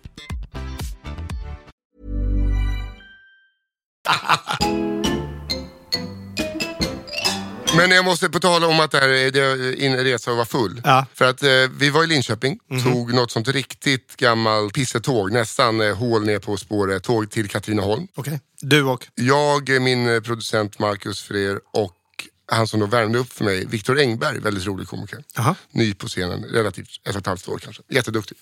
C: Men jag måste på tala om att det här är- det är in- resa och var full.
D: Ja. Mhm.
C: För att eh, vi var i Linköping, tog något sånt riktigt gammalt pissetåg, nästan eh, hål ner på spåret, tåg till Katrineholm.
D: Okej. Du och...
C: Jag, eh, min eh, producent Marcus Freer och han som då värmde upp för mig, Viktor Engberg, väldigt rolig komiker.
D: Aha.
C: Ny på scenen, relativt ett och ett halvt år kanske. Jätteduktig.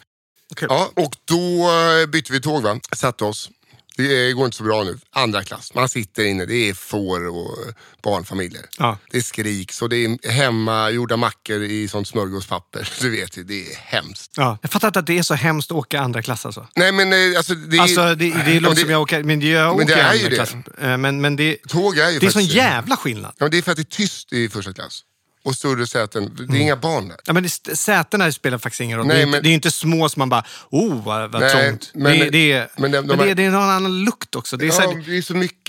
D: Okej.
C: Ja, och då eh, bytte vi tåg va, satte oss. Det går inte så bra nu. Andra klass. Man sitter inne. Det är får och eh, barnfamiljer.
D: Ja.
C: Det skriks och det är hemmagjorda mackor i sånt smörgåspapper. [laughs] Du vet ju, det är hemskt.
D: Ja. Jag fattar inte att det är så hemskt att åka andra klass alltså.
C: Nej men eh, alltså... Det är,
D: Alltså det, det låter som jag åker, men det- jag åker
C: Men det är ju
D: andra
C: det.
D: klass. Eh, Men, men det,
C: Tåg är ju
D: det är sån
C: faktiskt-
D: jävla skillnad.
C: Ja, men det är för att det är tyst i första klass. Och större säten. Det är
D: Mm.
C: inga barn där.
D: Ja, men det, sätena spelar faktiskt ingen roll.
C: Nej,
D: det, är, inte-
C: men-
D: det är inte små som man bara, oh vad, vad
C: Nej,
D: trångt.
C: men-
D: det, är- det, är-
C: men
D: men
C: de-
D: det,
C: de här-
D: det, är någon annan lukt också. Det är så
C: Ja,
D: här, Ah,
C: det är så mycket,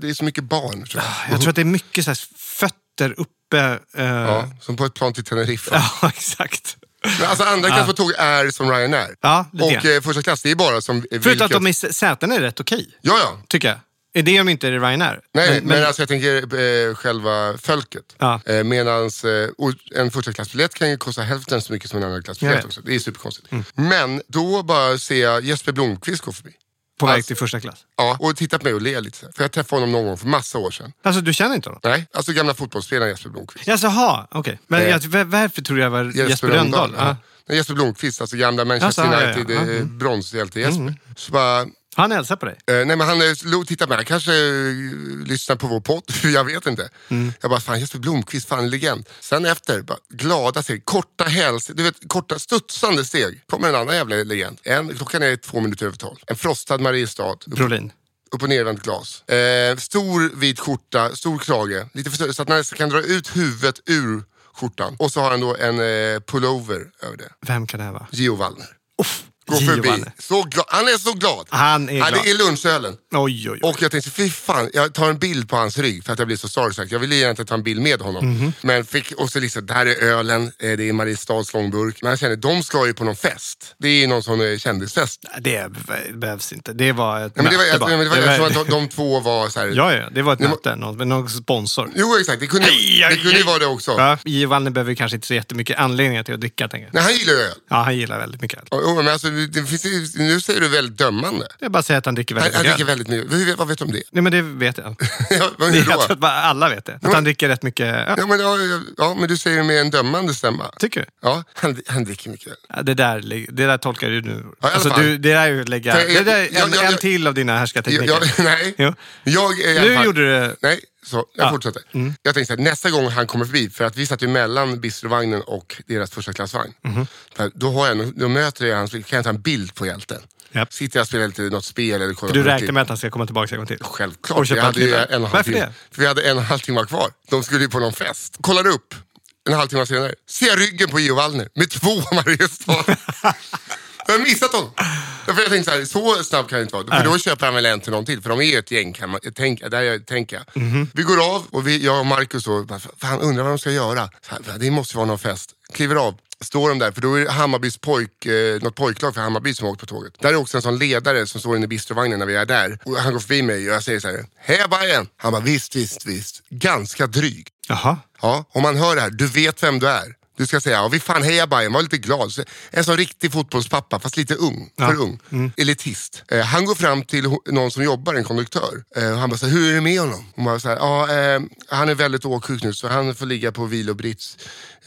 C: det är så mycket barn. Tror jag.
D: jag tror att det är mycket så här, fötter uppe. eh,
C: Ja, som på ett plan till Teneriffa.
D: [laughs] ja, exakt.
C: Men alltså andra klass på tåg är som Ryanair.
D: Ja, lite
C: och
D: grann.
C: eh, första klass, det är bara som...
D: Förutom att de i s- sätena är rätt okej,
C: Ja, ja.
D: tycker jag. Är det om inte det är Ryanair?
C: Nej, men, alltså jag tänker eh, själva fölket.
D: Ja.
C: Eh, medans, eh, och en första klassbiljett kan ju kosta hälften så mycket som en andra klassbiljett
D: Jag vet.
C: också. Det är superkonstigt.
D: Mm.
C: Men då bara ser jag Jesper Blomqvist gå förbi.
D: på väg
C: alltså-
D: till första klass.
C: Ja, och tittar på mig och ler lite. så här. För jag träffade honom någon gång för massa år sedan.
D: Alltså du känner inte honom?
C: Nej, alltså gamla fotbollsspelaren Jesper Blomqvist.
D: Jaså, jaha, okej. Men
C: Eh,
D: jag, var- varför tror jag var Jesper, Rönndahl?
C: ja.
D: Ja.
C: Nej, Jesper Blomqvist, alltså gamla Manchester
D: Alltså, ja, ja,
C: United,
D: ja. Mm.
C: eh, bronshjälte Jesper. Så bara,
D: Han hälsar på dig.
C: Eh, nej men han eh, Lo tittar med, han kanske eh, lyssnar på vår podd, [laughs] jag vet inte.
D: Mm.
C: Jag bara, fan Jesper Blomqvist, fan en legend. Sen efter, bara, glada steg, korta häls, du vet korta studsande steg. Kommer en annan jävla legend. En, klockan är två minuter över tolv. En frostad Mariestad, upp,
D: Brolin.
C: upp och nervänt glas. Eh, stor vit skjorta, stor krage, lite för större, så att man nästan kan dra ut huvudet ur skjortan. Och så har han då en eh, pullover över det.
D: Vem kan det här vara?
C: Gio Wallner. Gå
D: Gio
C: förbi.
D: Wallner.
C: Så gla- han är så glad.
D: Han är
C: Ja,
D: glad.
C: det är lunchölen.
D: Oj, oj, oj.
C: Och jag tänkte, fy fan, jag tar en bild på hans rygg för att jag blir så starstruck. Jag ville egentligen ta en bild med honom.
D: Mhm.
C: Men fick, och så liksom, där är ölen, eh, det är Mariestads långburk. Men jag känner, de ska ju på någon fest. Det är ju någon sån eh, kändisfest.
D: Nej, Det be- behövs inte. Det var ett
C: Nej, men det var,
D: möte
C: jag,
D: bara.
C: men det var,
D: Det
C: jag
D: var-
C: tror att de, de två var så här...
D: Ja, ja, det var ett
C: Det var-
D: möte. Någon, med någon sponsor.
C: Jo, exakt. Det kunde,
D: Aj, aj,
C: det kunde ju
D: aj.
C: vara det också.
D: Ja, J. Wallner behöver kanske inte så jättemycket anledningar till att dricka, tänker jag.
C: Nej, han gillar ju öl.
D: Ja, han gillar väldigt mycket öl.
C: Och- och- Men alltså, det finns, ju- nu säger du väldigt dömande.
D: Jag bara säger att han dricker
C: Han,
D: väldigt
C: han
D: mycket
C: dricker
D: öl.
C: väldigt mycket. Hur, vad vet du om det? [laughs]
D: Nej, men det vet jag.
C: ja, men hur
D: Det- jag tror
C: då?
D: att bara alla vet det. Att han dricker rätt mycket öl.
C: Ja, men, ja, ja, ja, men du säger det med en dömande stämma.
D: Tycker du?
C: Ja, han, han dricker mycket öl.
D: Ja, Det där, lig- det där tolkar du nu.
C: Ja, i alla
D: Alltså,
C: fall.
D: du, det där är ju att lägga...
C: För jag-
D: Det där är en,
C: jag- jag-
D: en till av dina härskartekniker.
C: Jag, jag, [laughs] nej.
D: Jo.
C: Jag är i alla
D: Nu
C: fall-
D: gjorde du det.
C: Nej, så, jag
D: Ja. Mm.
C: fortsätter. Jag tänkte så här, nästa gång han kommer förbi, för att vi satt ju mellan bistrovagnen och deras första klassvagn.
D: Mhm.
C: För Då, har jag, då möter jag hans kan jag ta en bild på hjälten.
D: Japp.
C: Sitter jag och spelar lite, något spel eller kollar
D: [laughs]
C: på
D: Du
C: något
D: räknar
C: klipp.
D: med att han ska komma tillbaka en gång till? Och
C: Självklart, vi
D: köpa
C: hade,
D: en
C: ju
D: till.
C: en och en halv
D: Varför
C: timme,
D: det?
C: för vi hade en och en halv timme kvar. De skulle ju på någon fest. Kollar upp, en halvtimme senare, ser jag ryggen på Gio Wallner med två
D: [laughs]
C: Mariestad. Jag har missat honom. Därför jag tänkte så här, så snabb kan det inte vara. För då köper han väl en till någon till. För de är ju ett gäng, kan man, tänk, där jag, tänker jag. Vi går av och vi, jag och Marcus då, bara, fan undrar vad de ska göra. Så här, Det måste vara någon fest. Kliver av. Står de där, för då är det Hammarbys pojk, eh, något pojklag för Hammarby som har åkt på tåget. Där är också en sån ledare som står inne i bistrovagnen när vi är där. Och han går förbi mig och jag säger så här, hej Bajen! Han bara, visst, visst, visst. Ganska dryg.
D: Jaha.
C: Ja, om man hör det här, du vet vem du är. Du ska säga, ja, vi fan heja Bayern, var lite glad. Så- En sån riktig fotbollspappa, fast lite ung. För ung. Elitist. Eh, han går fram till ho- någon som jobbar, en konduktör. Eh, och han bara, så här, hur är det med honom? Hon bara, så här, ja, eh, han är väldigt åksjuk nu så han får ligga på vilobrits.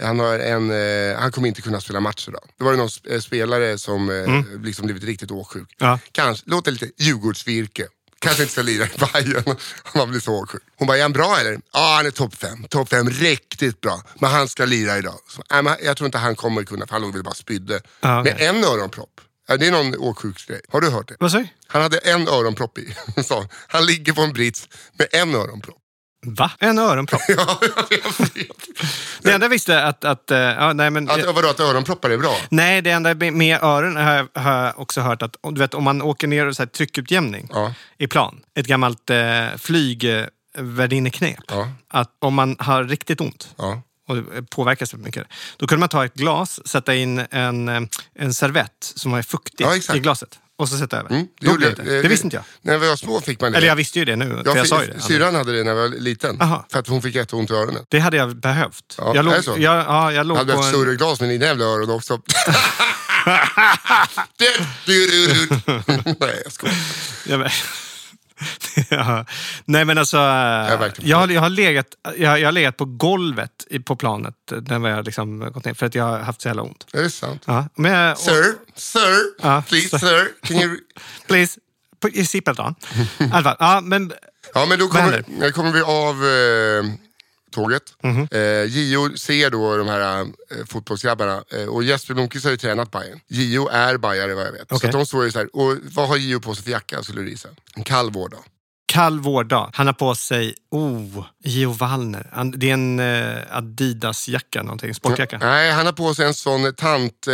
C: Han, har en, eh, han kommer inte kunna spela matcher idag. Det var ju någon sp- eh, spelare som eh, liksom blivit riktigt åksjuk.
D: Ja.
C: Kanske, låter lite Djurgårdsvirke. Kanske inte ska lira i Bayern. Man blir så avundsjuk. Hon bara, är han bra eller? Ja, han är topp fem. Topp fem, riktigt bra. Men han ska lira idag. Så, "Nej, men jag tror inte han kommer kunna, för han låg väl bara och spydde.
D: Ja, Ah, okej.
C: Med en öronpropp. Ja, Det är någon åksjuksgrej. Har du hört det?
D: Vad sa du?
C: Han hade en öronpropp i. [laughs] Så, han ligger på en brits med en öronpropp. [laughs]
D: Va? En öronpropp?
C: Ja, jag vet.
D: Det enda jag visste är att... att eh, ja, nej, men,
C: Att, vadå, att öronproppar är bra?
D: nej, det enda med- med öron har jag, har jag också hört att du vet, om man åker ner och så här, tryckutjämning
C: Ja.
D: i plan, ett gammalt eh, flygvärdinneknep,
C: Ja.
D: att om man har riktigt ont
C: Ja.
D: och eh, påverkas väldigt mycket, då kunde man ta ett glas, sätta in en, eh, en servett som var fuktig
C: Ja, exakt.
D: i glaset och så sätta över.
C: Mm,
D: Då blev det.
C: eh,
D: det visste inte jag.
C: När vi var små fick man det.
D: Eller jag visste ju det nu, för
C: Jag
D: jag,
C: fick-
D: sa ju det.
C: Syrran hade det när jag var liten.
D: Aha.
C: För att hon fick jätteont i öronen.
D: Det hade jag behövt.
C: Ja,
D: jag låg,
C: är det så?
D: jag, ja, jag låg
C: Hade
D: på
C: haft
D: en,
C: större glas med dina jävla öron
D: [laughs]
C: också. Det- du- du- du- [laughs] Nej, jag skojar.
D: Ja, men... [laughs] ja. Nej men alltså,
C: har
D: jag,
C: verkligen
D: jag, har, jag, har legat, jag, jag har legat på golvet i, på planet eh, när jag har liksom gått ner för att jag har haft så jävla ont.
C: Är det sant?
D: Ja, men jag, och,
C: Sir, sir,
D: Ja,
C: please
D: sir.
C: sir. Can you...
D: please, på,
C: [laughs]
D: i Zippeldagen. I alla fall, ja, men
C: Ja, men då
D: Vad
C: kommer,
D: händer?
C: eh, kommer vi av eh, tåget.
D: Mhm.
C: Eh, Gio ser då de här eh, fotbollsgrabbarna eh, och Jesper Blomqvist har ju tränat Bayern. Gio är bajare vad jag vet. Så
D: Okej.
C: att de står ju så här, och vad har Gio på sig för jacka skulle du gissa? En kall vårdag.
D: kall vårdag. Han har på sig, oh, Gio Wallner. Han, det är en eh, Adidas-jacka, någonting, sportjacka. Ja,
C: Nej, han har på sig en sån tant, eh,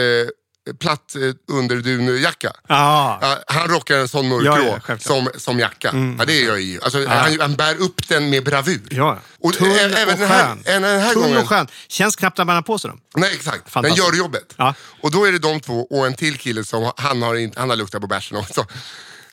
C: platt eh, underdunjacka. Ja, han rockar en sån mörkgrå
D: Ja, ja, självklart. Mm.
C: som, som jacka. Ja, det gör Gio. Alltså, han, han bär upp den med bravur.
D: ja.
C: Och,
D: Tunn
C: eh,
D: och
C: även den här,
D: skön.
C: även den här
D: Tunn
C: gången
D: och skön. Känns knappt när man har på sig dem.
C: Nej, exakt. Den
D: Fantastiskt.
C: gör jobbet.
D: Ja.
C: Och då är det de två och en till kille som har- han har, inte, han har luktat på bärsen också.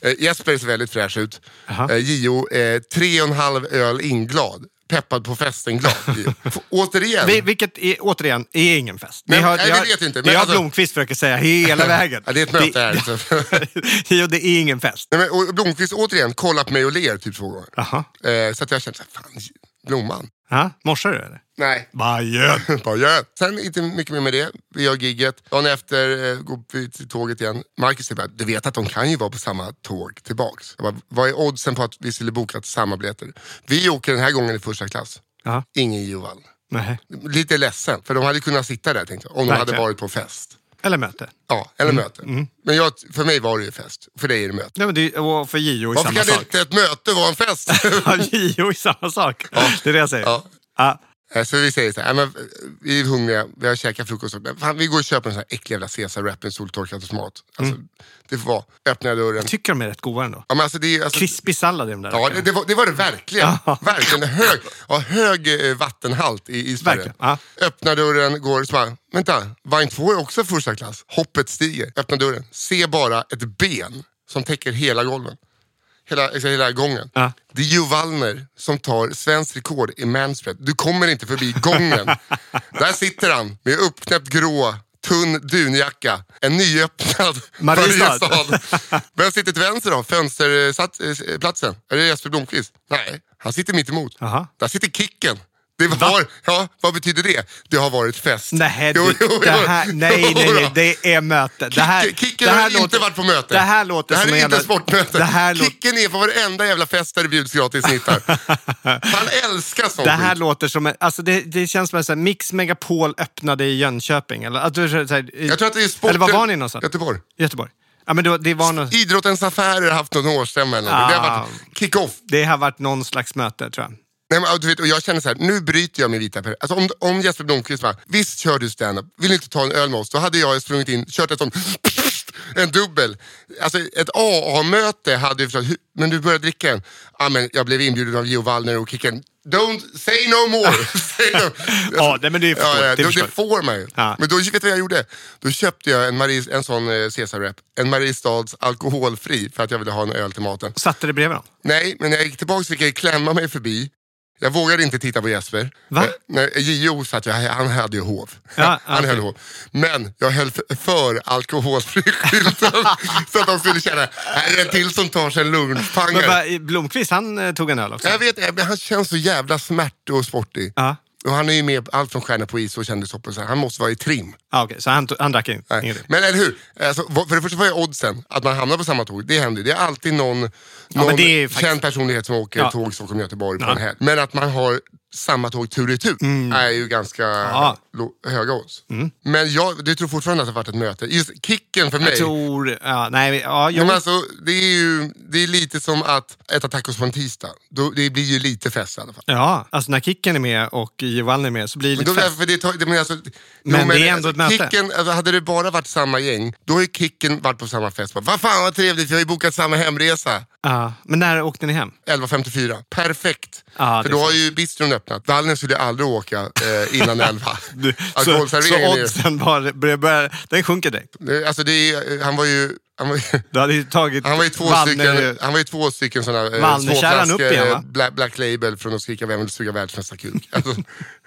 C: Eh, Jesper ser väldigt fräsch ut.
D: Aha.
C: Eh, Gio, eh, tre och en halv öl inglad. Peppad på festen glad.
D: [laughs]
C: Gio. F- Återigen.
D: Vi, vilket är, återigen är ingen fest.
C: Nej,
D: Det har-
C: nej,
D: det
C: vi
D: har-
C: vet inte, men
D: Det har
C: alltså-
D: Blomqvist försöker
C: [laughs]
D: säga hela vägen.
C: Ja, det är ett möte här, så-
D: [laughs] Jo, det är ingen fest.
C: Nej, men, och Blomqvist återigen kollar på mig och ler typ två gånger.
D: Jaha.
C: Eh, så att jag kände, så här, fan, Blomman.
D: Ja, morsar du eller?
C: Nej.
D: Bajen!
C: [laughs] Bara, ja. Sen inte mycket mer med det. Vi gör gigget. Dagen efter eh, går vi till tåget igen. Marcus säger bara, du vet att de kan ju vara på samma tåg tillbaks. Jag bara, vad är oddsen på att vi skulle boka samma biljetter? Vi åker den här gången i första klass.
D: Ja.
C: Ingen Johan.
D: Nej.
C: Lite ledsen, för de hade kunnat sitta där tänkte jag. Om de hade
D: Verkligen.
C: varit på fest.
D: Eller möte.
C: Ja, eller möte. Men jag, för mig var det ju fest. För dig är det möte.
D: Nej, men det, och för Gio i
C: Varför
D: samma
C: kan
D: sak.
C: inte ett möte vara en fest?
D: [laughs]
C: [laughs]
D: Ja, Gio i samma sak. Det är det jag säger.
C: Ja.
D: Ja.
C: Eh, Så vi säger så här, "Nej, men eh, vi är hungriga, vi har käkat frukost. och- Fan, vi går och köper en sån här äcklig jävla Caesar-wrap med soltorkad tomat. Alltså,
D: Mm.
C: Det får vara. Öppnar jag dörren.
D: Tycker de är rätt goda ändå.
C: Ja, men alltså, det, är- alltså,
D: Krispig sallad är de där.
C: ja, det, det, var, det var det verkligen. verkligen hög, ja, hög eh, vattenhalt i, i Sverige.
D: Verkligen, ja.
C: Öppnar dörren, går så bara, vänta, vagn två är också första klass. Hoppet stiger, öppnar dörren, ser bara ett ben som täcker hela golven. Hela, exakt, hela gången.
D: Ja.
C: Det är Ju Wallner som tar svensk rekord i manspread. Du kommer inte förbi gången.
D: [laughs]
C: Där sitter han med uppknäppt grå, tunn dunjacka. En nyöppnad
D: [laughs] Mariestad.
C: Vem sitter till vänster då? Fönsterplatsen? Är det Jesper Blomqvist? Nej, han sitter mitt emot.
D: Jaha.
C: Där sitter Kicken. Det var, ja, vad betyder det? Det har varit fest.
D: Nej,
C: Jo, jo, jo.
D: det här, nej, nej, nej,
C: Jodå.
D: det är möte. Det här,
C: Kicken- Kicken
D: det här
C: har inte varit på möte.
D: Det här låter
C: det här
D: som
C: är
D: en
C: inte
D: jävla-
C: sportmöte.
D: Det här, lå-
C: Kicken är på varenda jävla fest där det bjuds gratis
D: [laughs]
C: snittar. Han älskar sånt
D: det här
C: skit.
D: låter som en, alltså det, det känns som att Mix Megapol öppnade i Jönköping. Eller, att du, så här, i,
C: Jag tror att det är sporten.
D: Eller var var ni någonstans?
C: Göteborg.
D: Göteborg. Ja, men det, var- det, var någon,
C: Idrottens affärer har haft någon årsstämma eller något. Det har
D: Ah.
C: varit kick-off.
D: det har varit någon slags möte tror jag.
C: Nej, men, du vet, och jag känner så här, nu bryter jag min vita per. Alltså, om, om Jesper Blomqvist bara, visst kör du stand-up, vill du inte ta en öl med oss? Då hade jag sprungit in, kört ett sånt, [laughs] en dubbel. Alltså ett AA-möte hade ju förstått, "Hur- men du började dricka en. Ja, men jag blev inbjuden av Gio Wallner och Kicken. Don't say no more! [laughs] say no.
D: [laughs] Ja, nej, men det är förstått, det är
C: det, det
D: förstått.
C: får man ju.
D: Ja.
C: Men då vet du vad jag gjorde? Då köpte jag en, Marie, en sån eh, Caesar-wrap, en Mariestads alkoholfri, för att jag ville ha en öl till maten.
D: Satte det bredvid dem?
C: Nej, men när jag gick tillbaka fick jag klämma mig förbi. Jag vågade inte titta på Jesper.
D: Va?
C: Eh, Nej, Gio satt ju, han hade ju hov.
D: Ja,
C: [laughs] han
D: okej.
C: höll hov. Men jag höll för, för
D: [laughs]
C: alkoholfri-skylten. så att de skulle känna, här är en till som tar sig en
D: Men
C: lunchpangare.
D: bara, i- Blomqvist, han eh, tog en öl också.
C: Jag vet, eh, men han känns så jävla smärt och sportig.
D: Ja.
C: Och han är ju med på allt från Stjärnor på is och Kändishoppet. så Han måste vara i trim.
D: Ah, okej, Så han, tog, han drack in,
C: Nej.
D: ingenting?
C: Men eller hur? Alltså, vad- för det första var ju oddsen att man hamnar på samma tåg. Det händer ju. Det är alltid någon, någon
D: men det är faktiskt-
C: känd personlighet som åker
D: Ja. Mm.
C: tåg Stockholm-Göteborg på en helg. Men att man har samma tåg tur i tur är ju ganska lo- höga odds. Men jag, du tror fortfarande att det har varit ett möte. Just kicken för mig.
D: Jag tror... Ja, nej, ja,
C: Ja,
D: jag,
C: men alltså, det, är ju, det är lite som att äta tacos på en tisdag. Då, det blir ju lite fest i alla fall.
D: ja, alltså när Kicken är med och Johan är med så blir det
C: Men, då,
D: lite fest.
C: för det, tar- det, men, alltså,
D: Men det är ändå ett möte.
C: Kicken, alltså, hade det bara varit samma gäng, då har ju Kicken varit på samma fest. Bara, Vad fan vad trevligt, vi har ju bokat samma hemresa.
D: Ja, men när åkte ni hem?
C: 11.54, perfekt.
D: Ja,
C: för
D: det
C: då
D: är
C: har ju bistron öppnat. Wallner skulle aldrig åka eh,
D: [laughs]
C: innan 11.
D: Du, så,
C: Alkoholserveringen
D: så
C: är ju...
D: oddsen var, börjar, börjar, den sjunker direkt.
C: det- Alltså, det är, han var ju... Han var ju
D: Du hade ju tagit
C: Han var ju två
D: Wallner-
C: stycken, han var ju två stycken sådana eh,
D: Wallnerkärran
C: småflask,
D: upp igen,
C: eh,
D: va?
C: black, black label från att skrika vem vill suga världsmästarkuk. Alltså,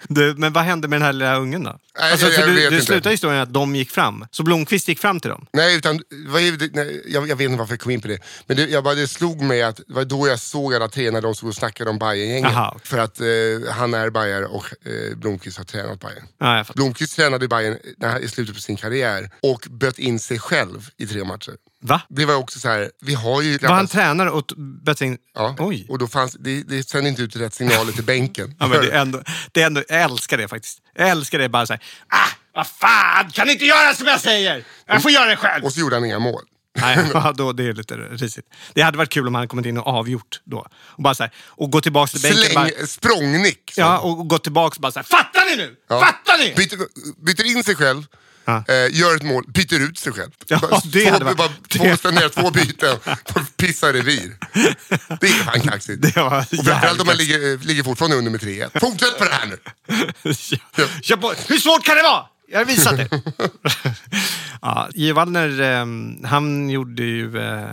D: Du, men vad hände med den här lilla ungen då?
C: Nej,
D: alltså,
C: jag-
D: för
C: jag
D: du
C: vet
D: du
C: inte.
D: slutar historien att de gick fram. Så Blomqvist gick fram till dem.
C: Nej, utan, vad är det, nej, jag, jag vet inte varför jag kom in på det. Men det, jag bara, det slog mig att det var då jag såg alla tre när de stod och snackade om Bayern-gänget.
D: Aha.
C: För att eh, han är Bayern och eh, Blomqvist har tränat Bayern.
D: Ja, jag fattar.
C: Blomqvist tränade i Bayern när, han- i slutet på sin karriär och böt in sig själv i tre matcher.
D: Va?
C: Det var också så här, vi har ju...
D: Var han tränare åt Betting?
C: Ja,
D: Oj.
C: och då fanns, det, det sände inte ut rätt signaler till bänken.
D: Ja, men det är ändå, det är ändå, jag älskar det faktiskt. Jag älskar det bara så här, ah, vad fan, kan ni inte göra som jag säger? Jag får göra det själv.
C: Och så gjorde han inga mål.
D: Nej, [laughs] ja, då, det är lite risigt. Det hade varit kul om han kommit in och avgjort då. Och bara så här, och gå tillbaka till bänken. Bara,
C: Släng, språngnick.
D: ja, och gå tillbaka och bara så här, fattar ni nu?
C: Ja.
D: Fattar ni?
C: Byter, byter in sig själv,
D: Ja.
C: eh, gör ett mål, byter ut sig själv.
D: Ja,
C: Bara
D: det
C: två,
D: hade varit-
C: bara,
D: det-
C: två, ner, två byten,
D: [laughs]
C: bara pissa i revir. Det är fan kaxigt.
D: Det var
C: och framförallt om man
D: jävligt
C: ligger, eh, ligger fortfarande under med 3 Fortsätt på det här nu!
D: [laughs] ja. Kör på. Hur svårt kan det vara? Jag har visat det. [laughs] ja, J. Wallner, eh, han gjorde ju eh,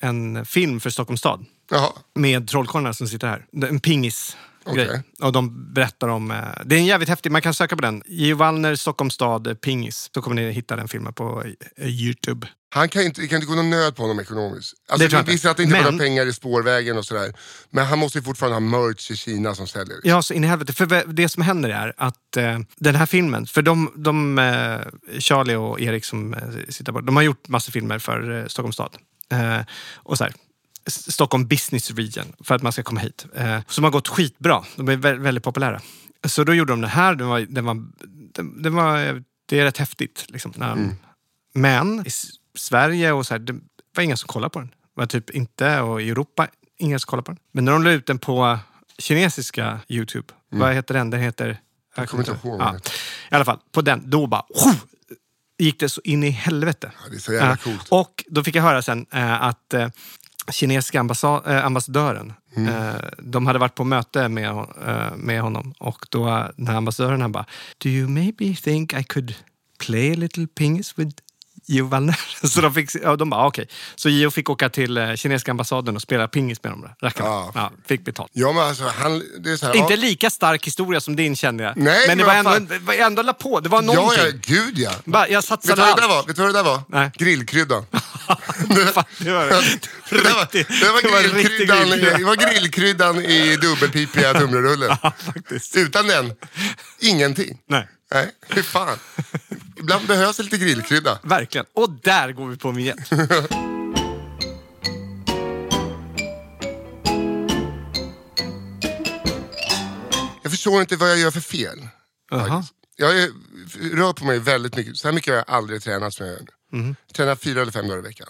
D: en film för Stockholms stad.
C: Jaha.
D: med trollkarlarna som sitter här. Det är En pingis.
C: Okej.
D: grej Och de berättar om... eh, Det är en jävligt häftig, man kan söka på den. J.O. Wallner, Stockholms stad, eh, pingis. Då kommer ni hitta den filmen på eh, Youtube.
C: Han kan ju inte, det kan inte gå någon nöd på honom ekonomiskt. Alltså,
D: Det tror jag
C: vi-
D: inte.
C: Visst att det inte bara
D: Men-
C: pengar i spårvägen och sådär. Men han måste ju fortfarande ha merch i Kina som säljer.
D: Ja, så in i helvete. För vä- det som händer är att eh, den här filmen, för de, de eh, Charlie och Erik som eh, sitter på de har gjort massa filmer för eh, Stockholms stad. Eh, och så här, S- Stockholm Business Region, för att man ska komma hit. Eh, som har gått skitbra. De är vä- väldigt populära. Så då gjorde de den här. Den var, den var, den, den var, det är rätt häftigt. Liksom, när,
C: Mm.
D: Men i S- Sverige och så här, det var inga som kollade på den. Det var typ inte, och i Europa, inga som kollade på den. Men när de la ut den på kinesiska YouTube, vad heter den? Den heter... Jag
C: Mm. kommer inte ihåg vad den
D: Ja. I alla fall, på den, då bara... Ho, gick det så in i helvete.
C: Det är så jävla
D: Ja.
C: coolt.
D: Och då fick jag höra sen eh, att eh, kinesiska ambassa- eh, ambassadören,
C: Mm.
D: eh, de hade varit på möte med, hon- eh, med honom och då eh, den här ambassadören han bara, do you maybe think I could play a little pingis with Gio Wallner? [laughs] Så de, fick, ja, de bara, okej. Så Gio fick åka till eh, kinesiska ambassaden och spela pingis med de där rackarna.
C: Ja.
D: Ja, fick betalt.
C: Ja men alltså, han, det är så här,
D: Inte
C: ja,
D: lika stark historia som din kände jag.
C: Nej,
D: men det
C: men
D: var
C: vad
D: ändå,
C: fan.
D: det var ändå la på. Det var
C: ja,
D: någonting.
C: ja, gud ja.
D: Bara, jag
C: Vet
D: satsade
C: du vad det där
D: allt.
C: var? Vet du vad det där var?
D: Nej. [laughs]
C: Grillkryddan.
D: Fan, det var-
C: det, där var, det, var
D: det var riktig
C: grillkryddan, i-
D: grillkrydda.
C: det var grillkryddan i dubbelpipiga tunnbrödsrullen.
D: faktiskt.
C: Utan den, ingenting.
D: Nej.
C: Nej, hur fan. Ibland behövs det lite grillkrydda.
D: Verkligen. Och där går vi på
C: [laughs]
D: en vignett.
C: Jag förstår inte vad jag gör för fel.
D: Jaha.
C: Jag är, rör på mig väldigt mycket. Så här mycket har jag aldrig tränat som jag gör nu.
D: Mhm.
C: Jag Tränar fyra eller fem dagar i veckan.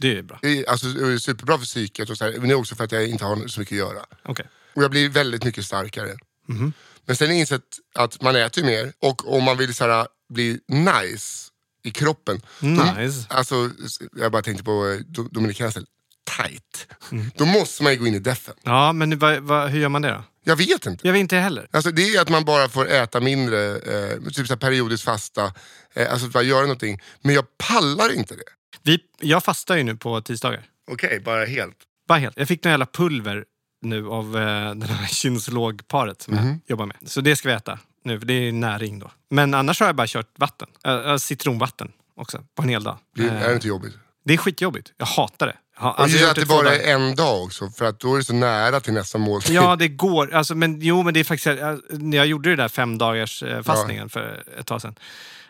D: Det är bra.
C: Det är, alltså, det är superbra för psyket och så här, men det är också för att jag inte har så mycket att göra.
D: Okej.
C: Och jag blir väldigt mycket starkare.
D: Mhm.
C: Men sen har jag insett att man äter ju mer och om man vill så här, bli nice i kroppen.
D: Nice.
C: Då, alltså, jag bara tänkte på eh, Do- Dominikanska stället. Tight.
D: Mm.
C: Då måste man ju gå in i defen.
D: Ja, men vad- vad- hur gör man det då?
C: Jag vet inte.
D: Jag vet inte heller.
C: Alltså det är att man bara får äta mindre, eh, typ så här periodiskt fasta, eh, alltså bara göra någonting. Men jag pallar inte det.
D: Vi, jag fastar ju nu på tisdagar.
C: Okej, bara helt.
D: Bara helt. Jag fick några jävla pulver nu av eh, [laughs] det här kinesologparet som
C: Mhm.
D: jag jobbar med. Så det ska vi äta nu, för det är näring då. Men annars har jag bara kört vatten. Eh, eh, citronvatten också, på en hel dag.
C: Det
D: Eh,
C: är det inte jobbigt.
D: det är skitjobbigt. Jag hatar det. Jag har-
C: Och
D: alltså,
C: det
D: jag
C: är
D: har
C: att
D: gjort
C: det
D: två
C: bara
D: dagar.
C: är en dag också, för att då är det så nära till nästa måltid.
D: [laughs] Ja, det går. Alltså, men, jo, men det är faktiskt... eh, När jag gjorde det där fem dagars eh, fastningen för ett tag sedan.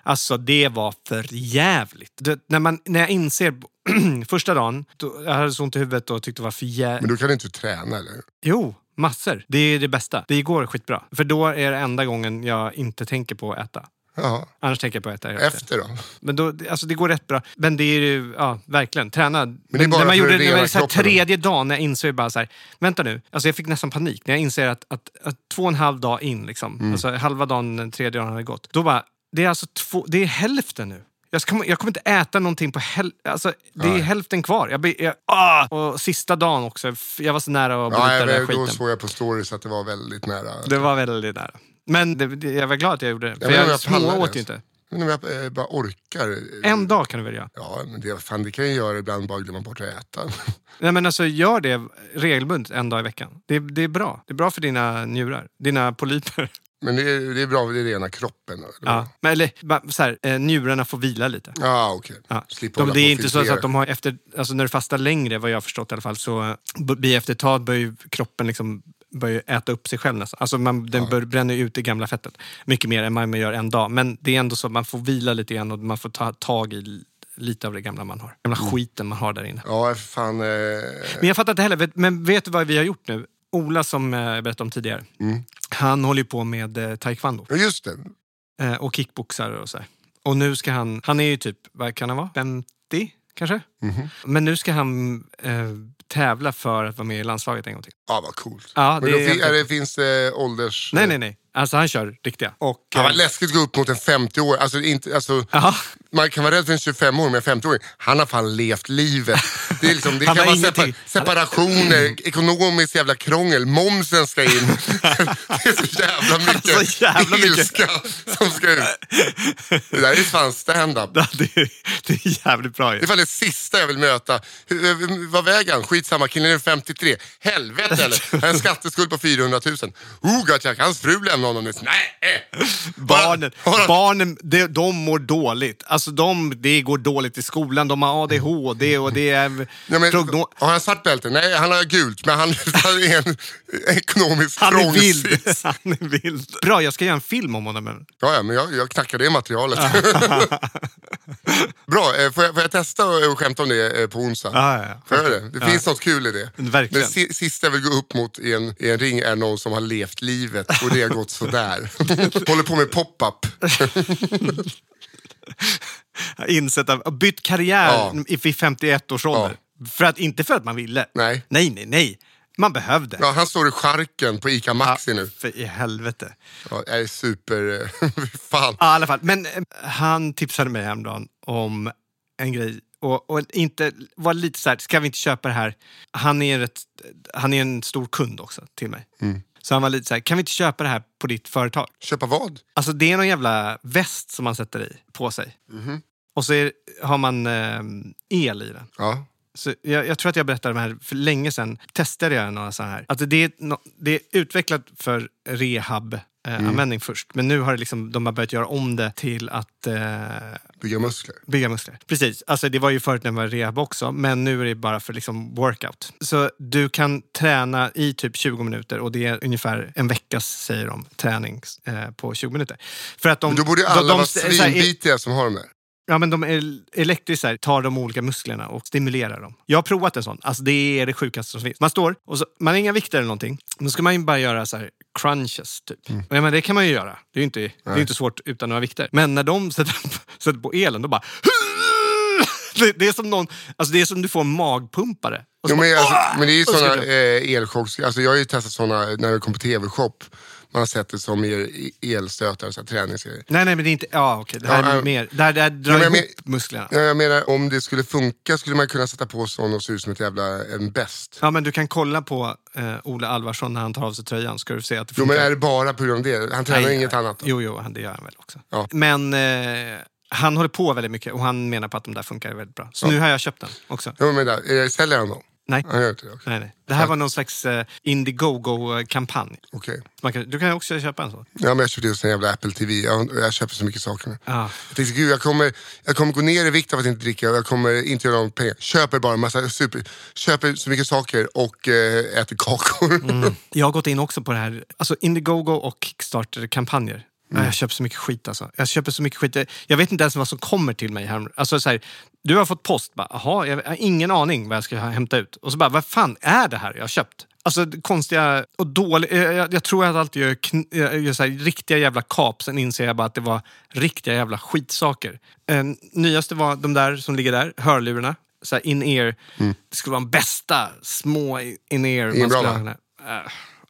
D: Alltså, det var för jävligt. Det, när, man, när jag inser... [clears throat] första dagen, då, jag hade så ont i huvudet och tyckte det var
C: [laughs]
D: för
C: Men
D: jävligt.
C: då kan du inte träna eller?
D: Jo, massor. Det är det bästa. Det går skitbra. För då är det enda gången jag inte tänker på att äta.
C: Ja,
D: Annars tänker jag på att äta. hela tiden.
C: efter då?
D: Men då, alltså det går rätt bra. Men det är ju, ja verkligen, träna. Men
C: det är bara
D: när man
C: för
D: gjorde
C: att
D: när
C: rena
D: man, så här,
C: kroppen.
D: tredje dagen när jag insåg bara så här, vänta nu, alltså jag fick nästan panik när jag inser att, att, att två och en halv dag in, liksom,
C: Mm.
D: alltså halva dagen, den tredje dagen hade gått. Då bara, det är alltså två, det är hälften nu. Jag, ska, jag kommer inte äta någonting på hälften, alltså det är hälften kvar. Jag, blir- jag, ah! Och sista dagen också, f- jag var så nära att
C: Ja,
D: bryta
C: jag,
D: den här
C: vet, då
D: skiten.
C: såg jag på stories att det var väldigt nära.
D: Det var väldigt nära. Men det, det, jag var glad att jag gjorde det, för
C: men
D: jag,
C: jag pallar
D: smååt
C: det.
D: ju inte.
C: Men om jag eh, bara orkar. eh,
D: En dag kan du väl göra?
C: Ja, men det, fan, det kan jag göra ibland, bara glömma bort att äta. [laughs]
D: Nej, men alltså, gör det regelbundet en dag i veckan. Det, det är bra. Det är bra för dina njurar, dina
C: Mm.
D: polyper.
C: Men det är, det är bra, det rena kroppen. eller?
D: Ja. Men, eller ba- så här, eh, njurarna får vila lite.
C: Ja, okej.
D: Ja.
C: Slippa
D: De,
C: hålla
D: det
C: på och
D: är inte så
C: filtrera.
D: att de har efter, alltså när du fastar längre, vad jag har förstått i alla fall, så eh, b- blir efter ett tag börjar ju kroppen liksom börjar ju äta upp sig själv nästan. Alltså man, den bör, bränner ju ut det gamla fettet mycket mer än man gör en dag. Men det är ändå så att man får vila lite grann och man får ta tag i lite av det gamla man har. Gamla
C: Mm.
D: skiten man har där inne.
C: Ja, fan. Eh,
D: Men jag fattar inte heller. vet- Men vet du vad vi har gjort nu? Ola som eh, jag berättade om tidigare.
C: Mm.
D: Han håller ju på med eh, taekwondo
C: ja, just det.
D: eh, och kickboxar och så här. Och nu ska han, han är ju typ, vad kan han vara? 50 kanske?
C: Mhm.
D: Men nu ska han eh, tävla för att vara med i landslaget en gång till.
C: Ja, vad coolt.
D: Ja,
C: Men
D: det
C: då
D: är
C: fin-
D: helt-
C: är det finns eh, ålders...
D: Nej, nej, nej. Alltså han kör riktiga. Och,
C: Ja, vad
D: eh,
C: läskigt att gå upp mot en 50-åring. Alltså, inte, alltså,
D: [laughs] Ja.
C: man kan vara rädd för en 25-åring, men en 50-åring, han har fan levt livet. Det, är liksom, det
D: [laughs] Han
C: kan
D: har
C: vara
D: ingenting. Mm.
C: separ- separationer, ekonomiskt jävla krångel, momsen ska
D: [laughs]
C: in. det är så jävla mycket,
D: Han har så jävla mycket.
C: ilska som ska ut. Det där är fan stand-up.
D: Ja, det, är, det är jävligt bra
C: Det är
D: ju.
C: fan det sista jag vill möta. Hur- Vad väger han? Skitsamma, killen är 53. Helvete eller?
D: [laughs]
C: Han har en skatteskuld på Oh, 400 000. Ugatjak, hans fru lämnade honom nyss. Nej! Bara-
D: Barnen,
C: [laughs] bara-
D: barnen de, de mår dåligt. Alltså de, det går dåligt i skolan, de har ADHD och det är...
C: Mm. Ja, men,
D: progno-
C: har han svart bälte? Nej, han har gult. Men han, [laughs] han är en ekonomisk
D: han är
C: trångsynt.
D: vild. [laughs] Han är vild. Bra, jag ska göra en film om honom. men-
C: Ja, ja, men jag, jag knackar det materialet. [laughs] Bra, eh, får jag, får jag testa och och skämta om det eh, på onsdag?
D: Ja, ja, ja. [laughs]
C: Får jag göra det? Det finns något kul i det.
D: Verkligen.
C: Men si, sista jag vill gå upp mot i en, i en ring är någon som har levt livet och det har gått sådär. [laughs] Håller på med pop-up.
D: Har Insett att, bytt karriär
C: Ja.
D: i vid 51 års ålder. För att, inte för att man ville.
C: Nej.
D: nej, nej. nej. Man behövde.
C: Ja, han står i charken på ICA Maxi nu.
D: För i helvete.
C: Ja, jag är super... eh, [laughs] Fan.
D: Ja, i alla fall. Men eh, han tipsade mig häromdagen om en grej. Och, och inte, var lite så här, ska vi inte köpa det här? Han är, ett, han är en stor kund också till mig. Så han var lite så här, kan vi inte köpa det här på ditt företag?
C: Köpa vad?
D: Alltså det är någon jävla väst som man sätter i, på sig. Och så är, har man eh, el i den.
C: Ja.
D: Så jag, jag tror att jag berättade det här för länge sedan. Testade jag några sådana här. Att det, är nå- det är utvecklat för rehab-användning först. Men nu har det liksom, de har börjat göra om det till att eh,
C: Bygga muskler.
D: bygga muskler. Precis. Alltså, det var ju förut när det var rehab också. Men nu är det bara för liksom workout. Så du kan träna i typ 20 minuter. Och det är ungefär en veckas, säger de, träning eh, på 20 minuter. För att de,
C: Då borde ju alla vara
D: så här,
C: svinbitiga som har dem där.
D: Ja, men de el- elektrisar tar de olika musklerna och stimulerar dem. Jag har provat en sån. Alltså, det är det sjukaste som finns. Man står och så, man har inga vikter eller någonting. Då ska man ju bara göra så här crunches, typ.
C: Mm.
D: Och ja, men det kan man ju göra. Det är ju inte, det är ju inte svårt utan några vikter. Men när de [laughs] sätter, sätter på elen, då bara... [laughs] Det, det, är som någon, alltså det är som du får en magpumpare. Och så
C: Jo, men,
D: bara-
C: alltså, men det är ju
D: Och så
C: såna
D: ska du-
C: eh, elchocks... Alltså, jag har ju testat såna när det kom på tv-shop. Man har sett det som mer elstötar, så här, träningsgrejer.
D: [laughs] Nej, nej, men det är inte... Ja, okej. Det här
C: Ja,
D: är
C: ja.
D: mer... Det här, det här drar
C: Ja, men jag
D: ihop
C: men-
D: musklerna.
C: Ja, jag menar, om det skulle funka skulle man kunna sätta på sån och se ut som ett jävla en bäst.
D: Ja, men du kan kolla på eh, Ola Alvarsson när han tar av sig tröjan. Ska du se att det
C: Jo,
D: funkar.
C: men är det bara på grund av det? Han tränar
D: Nej,
C: inget
D: nej.
C: annat? Då.
D: Jo, jo, han- det gör han väl också.
C: Ja.
D: Men eh, han håller på väldigt mycket och han menar på att de där funkar väldigt bra. Så nu har jag köpt den också.
C: Jo, men där, eh, säljer han dem?
D: Nej.
C: Han gör inte det? Okej.
D: Nej, nej. Det här var någon slags eh, Indiegogo-kampanj.
C: Okej.
D: Man kan, du kan ju också köpa en sån.
C: Ja, men jag köpte just en jävla Apple TV. Jag, jag köper så mycket saker nu.
D: Ah.
C: Jag tänkte, gud, jag kommer, jag kommer gå ner i vikt av att inte dricka och jag kommer inte göra av med pengar. Köper bara en massa super... Köper så mycket saker och eh, äter kakor.
D: Jag har gått in också på det här, alltså Indiegogo och Kickstarter-kampanjer.
C: Mm.
D: Nej, Jag köper så mycket skit alltså. Jag köper så mycket skit. Jag vet inte ens vad som kommer till mig. Här. Alltså, så här, du har fått post, bara, aha, jag har ingen aning vad jag ska hämta ut. Och så bara, vad fan är det här jag har köpt? Alltså det konstiga och dåliga, jag, jag tror att jag alltid gör, kn- jag gör så här, riktiga jävla kap, sen inser jag bara att det var riktiga jävla skitsaker. Eh, nyaste var de där som ligger där, hörlurarna. Så här in-ear, det skulle vara de bästa små in-ear. man
C: Mm. bra,
D: skulle
C: va?
D: ha. Eh,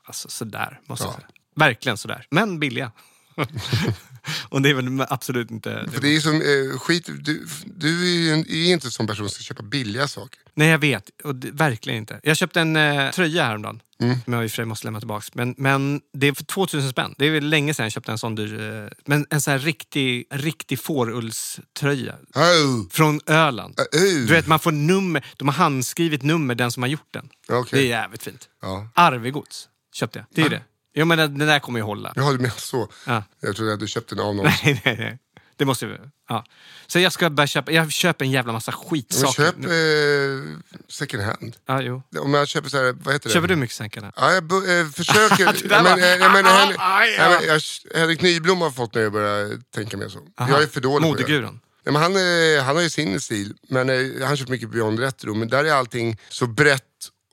D: alltså sådär, måste jag säga. Verkligen sådär. Men billiga. [laughs] och det är väl absolut inte...
C: [laughs] För det är ju som eh, skit... Du, du är ju en- är ju inte en sån person som ska köpa billiga saker.
D: Nej, jag vet. Och det, verkligen inte. Jag köpte en eh, tröja häromdagen.
C: Mm.
D: Som jag i och för sig måste lämna tillbaka. Men, men det är för 2000 spänn. Det är väl länge sedan jag köpte en sån dyr... Eh, men en sån här riktig, riktig fårullströja.
C: Oh.
D: Från Öland.
C: Uh.
D: Du vet, man får nummer. De har handskrivit nummer, den som har gjort den.
C: Okej.
D: Det är jävligt fint.
C: Ja.
D: Arvegods köpte jag.
C: Ah.
D: Det är det. Jo, men den den där kommer ju hålla.
C: Jaha, du menar så.
D: Ja.
C: Jag trodde att du köpte den av
D: [laughs]
C: någon.
D: Nej, nej, nej. Det måste vi... Ja. Så jag ska börja köpa... Jag köper en jävla massa
C: Men
D: skitsaker.
C: köp eh, second hand.
D: Ja, jo.
C: Om jag köper så här, vad heter det?
D: Köper du mycket sänkarna?
C: Ja, jag bo- eh, försöker.
D: [laughs] Det där
C: ja, men,
D: var-
C: eh, ja, men,
D: Ah,
C: Henrik,
D: ah, ah,
C: ja, men, jag, Henrik Nyblom har fått mig att börja tänka mer så. Jag är för dålig på det.
D: Modeguren.
C: Nej, men han, eh, han har ju sin stil, men eh, han har kört mycket Beyond Retro. Men där är allting så brett.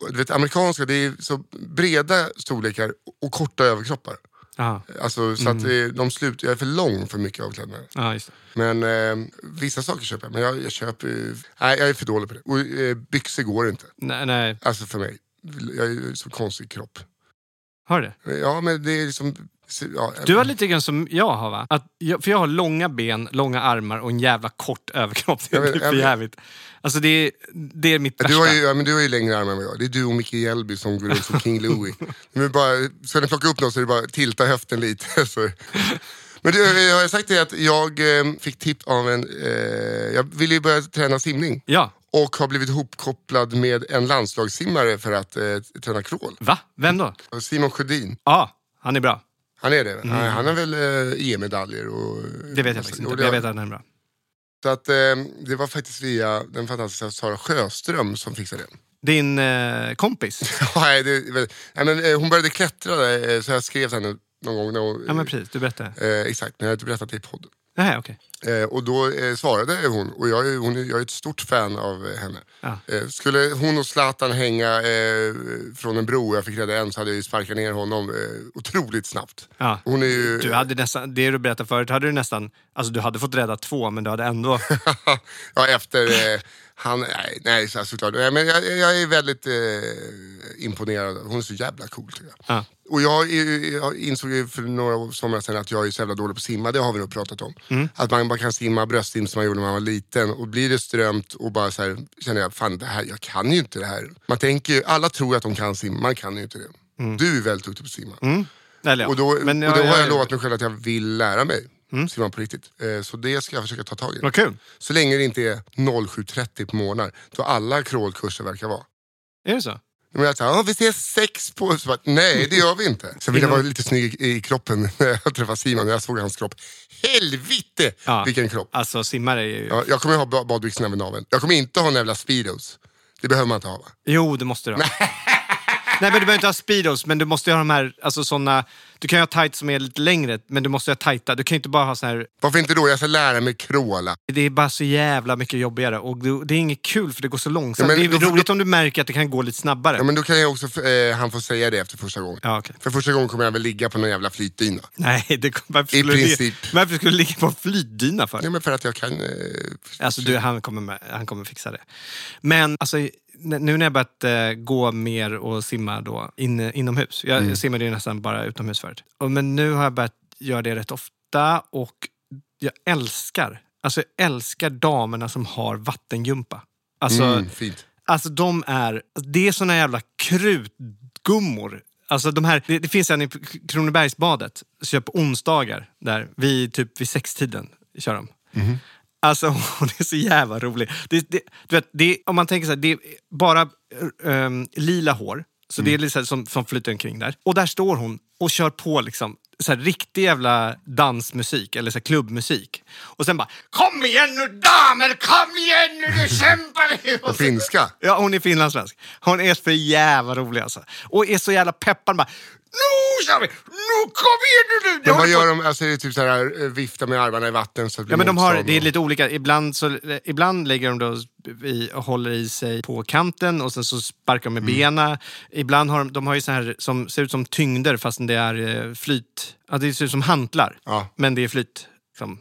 C: Du vet, amerikanska, det är så breda storlekar och korta överkroppar.
D: Ja,
C: Alltså, så att
D: Mm.
C: eh, de slut, jag är för lång för mycket av kläderna.
D: ja just det.
C: Men eh, vissa saker köper jag, men jag, jag köper... eh, Nej, jag är för dålig på det. Och eh, byxor går inte.
D: Nej, nej.
C: Alltså för mig. Jag är ju så konstig kropp.
D: Har du det?
C: Ja, men det är liksom... Ja,
D: Du har lite grann som jag har va? Att jag, för jag har långa ben, långa armar och en jävla kort överkropp. [laughs] Det
C: Jag vet-
D: är
C: jag
D: för
C: vet.
D: jävligt. Alltså det är, det är mitt
C: du
D: värsta.
C: har, ju, ja, men du har ju längre armar än vad jag har. Det är du och Micke Hjelby som går runt som
D: [laughs]
C: King Louie. Men bara, ska ni plocka upp något så är det bara att tilta höften lite. [laughs] Så. Men du, jag har sagt det att jag eh, fick tips av en... Eh, jag ville ju börja träna simning.
D: Ja.
C: Och har blivit ihopkopplad med en landslagssimmare för att eh, träna crawl.
D: Va? Vem då?
C: Simon Sjödin.
D: Ja, han är bra.
C: Han är det? Nej, Han har väl eh, EM-medaljer och...
D: Mm. Det vet jag faktiskt inte.
C: och
D: men Jag vet att han är bra.
C: Så att, eh, det var faktiskt via den fantastiska Sara Sjöström som fixade den.
D: Din eh,
C: [laughs]
D: kompis?
C: Nej, det, är väl- nej, men, eh, hon började klättra där, eh, så jag skrev till henne någon gång. När hon,
D: Ja men precis, du berättade.
C: eh, exakt, men jag har inte berättat det i podden.
D: Nej, okej.
C: Eh, och då eh, svarade hon, och jag, är- hon, är- jag är ett stort fan av eh, henne.
D: Ja.
C: Eh, skulle hon och Zlatan hänga eh, från en bro och jag fick rädda en så hade jag ju sparkat ner honom eh, otroligt snabbt.
D: Ja.
C: Hon är ju...
D: Du hade nästan, det du berättade förut hade du nästan, alltså du hade fått rädda två men du
C: [laughs]
D: hade ändå,
C: ja, efter... Eh, han, nej, nej så, såklart. Nej, men jag, jag är väldigt eh, imponerad. Hon är så jävla cool tycker jag.
D: Ja.
C: Och jag, är- jag insåg ju för några somrar sedan att jag är så jävla dålig på att simma. Det har vi nog pratat om.
D: Mm.
C: Att man bara kan simma bröstsim som man gjorde när man var liten. Och blir det strömt och bara så här, känner jag, fan det här, jag kan ju inte det här. Man tänker ju, alla tror ju att de kan simma, man kan ju inte det. Du är väldigt duktig på att simma.
D: eller Mm. ja.
C: Och då,
D: men Mm.
C: och då har jag lovat mig själv att jag vill lära mig simma på riktigt. Eh, Så det ska jag försöka ta tag i.
D: Vad kul.
C: Så länge det inte är 07.30 på morgnar, då alla crawlkurser verkar vara.
D: Är det så?
C: Men jag sa, "Ja, vi ses sex på... Så bara, Nej, det gör vi inte. Sen vill jag vara lite snygg i i kroppen [laughs] när jag träffade Simon och jag såg hans kropp. Helvete
D: Ja.
C: vilken kropp!
D: Alltså simmare är ju...
C: Ja, jag kommer ha ba- badbyxorna vid naveln. Jag kommer inte ha några jävla speedos. Det behöver man inte ha va?
D: Jo, det måste du ha. [laughs] Nej men du behöver inte ha speedos, men du måste ju ha de här, alltså såna, du kan ju ha tights som är lite längre, men du måste ha tajta, du kan ju inte bara ha så här,
C: Varför inte då? Jag ska lära mig crawla.
D: det är bara så jävla mycket jobbigare och det, det är inget kul för det går så långsamt.
C: Ja, men
D: det
C: då
D: är
C: får-
D: roligt om du märker att det kan gå lite snabbare.
C: Ja,
D: Ja,
C: men då kan jag också, eh, han får säga det efter första gången.
D: okej.
C: För första gången kommer jag väl ligga på någon jävla flytdyna.
D: Nej, det, kom- varför,
C: I
D: skulle du ligga,
C: princip.
D: varför skulle du ligga på en flytdyna för?
C: Nej, men för att jag kan... Eh,
D: Alltså du, han, kommer med, han kommer fixa det. Men alltså, n- nu när jag börjat eh, gå mer och simma då, in, inomhus. Jag
C: Mm.
D: simmade ju nästan bara utomhus förut. Och, men nu har jag börjat göra det rätt ofta och jag älskar, alltså jag älskar damerna som har vattengympa. Alltså,
C: mm, fint.
D: Alltså de är, det är såna jävla krutgummor. Alltså de här, det, det finns en i K- Kronobergsbadet, så jag på onsdagar där, vid typ vid sextiden kör de. Alltså [laughs] hon är så jävla rolig. Det, det, du vet, det, om man tänker så här, det är bara ehm, lila hår, så det är liksom som, som flyter omkring där. Och där står hon och kör på liksom så här, riktig jävla dansmusik eller så här, klubbmusik. Och sen bara Kom igen nu damer, kom igen nu, du kämpar!
C: På finska?
D: Ja, hon är finlandssvensk. Hon är så jävla rolig alltså. Och är så jävla peppad. Bara, nu kör vi! Nu kom igen nu! nu!
C: Men vad
D: håller på-
C: gör de? Alltså är det typ så här, eh, vifta med armarna i vatten så att det blir
D: Ja, men de har,
C: motstånd
D: det är
C: och-
D: lite olika. Ibland, så, ibland lägger de då i, och håller i sig på kanten och sen så sparkar de med
C: Mm.
D: benen. Ibland har de, de har ju så här som ser ut som tyngder fastän det är eh, flyt. Ja, det ser ut som hantlar,
C: Ja.
D: men det är flyt. Liksom,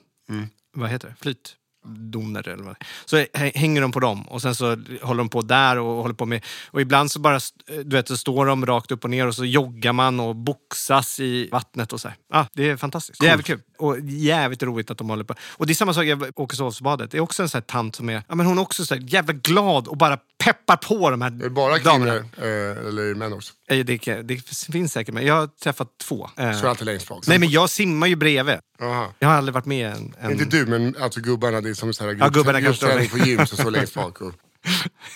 D: Vad heter det? Flyt? doner eller vad. Så hä- hänger de på dem och sen så håller de på där och håller på med... Och ibland så bara, st- du vet, så står de rakt upp och ner och så joggar man och boxas i vattnet och så här. Ah, det är fantastiskt. Det är jävligt kul. Och jävligt roligt att de håller på. Och det är samma sak i Åkeshovsbadet. Det är också en sån här tant som är, ja men hon är också så här jävla glad och bara peppar på de här
C: Är det bara kvinnor? Eh, eller män också?
D: Eh, Det, kan- det finns säkert, men jag har träffat två. Eh,
C: Så är alltid längst bak?
D: Nej men jag simmar ju bredvid.
C: Aha.
D: Jag har aldrig varit med i en... en... [laughs]
C: Inte du, men alltså gubbarna, det är som så här
D: Ja, gubbarna kanske
C: gruppträning
D: står
C: på gym, så står längst bak. Och,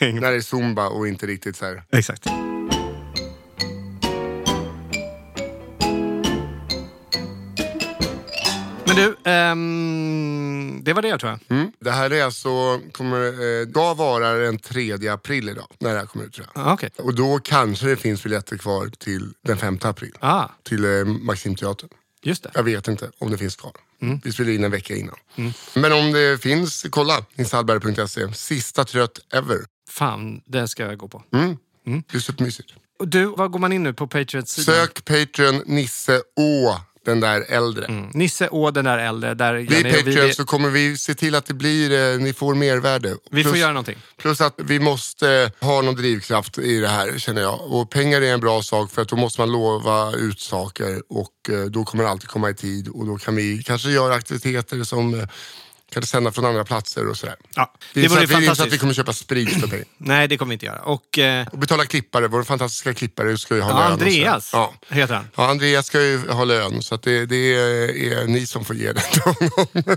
C: när det är zumba och inte riktigt så här.
D: Exakt. Men du, ehm, det var det jag tror jag.
C: Mm. Det här är alltså, kommer, eh, dag varar den 3 april idag, när det här kommer ut tror jag.
D: Ah, Okej.
C: Och då kanske det finns biljetter kvar till den 5 april.
D: Ah,
C: Till eh, Maximteatern.
D: just det.
C: Jag vet inte om det finns kvar.
D: Mm.
C: Vi spelar in en vecka innan. Men om det finns, kolla nissehallberg.se. Sista trött
D: Mm.
C: ever.
D: Fan, det ska jag gå på.
C: Mm. Det är supermysigt.
D: Och du, var går man in nu på Patriots sida?
C: Sök Patreon Nisse Å, den där äldre.
D: Nisse Å, den där äldre. Där
C: Bli
D: Jenny och
C: Patreon
D: Mm. vi,
C: så kommer vi se till att det blir, eh, ni får mervärde.
D: vi får
C: Plus-
D: göra någonting.
C: Plus att vi måste eh, ha någon drivkraft i det här känner jag. Och pengar är en bra sak för att då måste man lova ut saker och eh, då kommer det alltid komma i tid och då kan vi kanske göra aktiviteter som eh, kan sända från andra platser och sådär.
D: Ja,
C: Det
D: det
C: är inte så
D: vore ju
C: att vi- det är inte så att vi
D: fantastiskt.
C: kommer köpa sprit för pengar.
D: Nej, det kommer vi inte göra. Och eh,
C: Och betala klippare, vår fantastiska klippare ska ju ha
D: ja,
C: lön. och sådär.
D: Andreas
C: Ja.
D: heter han.
C: ja, Andreas ska ju ha lön så att det, det är, är ni som får ge den till honom.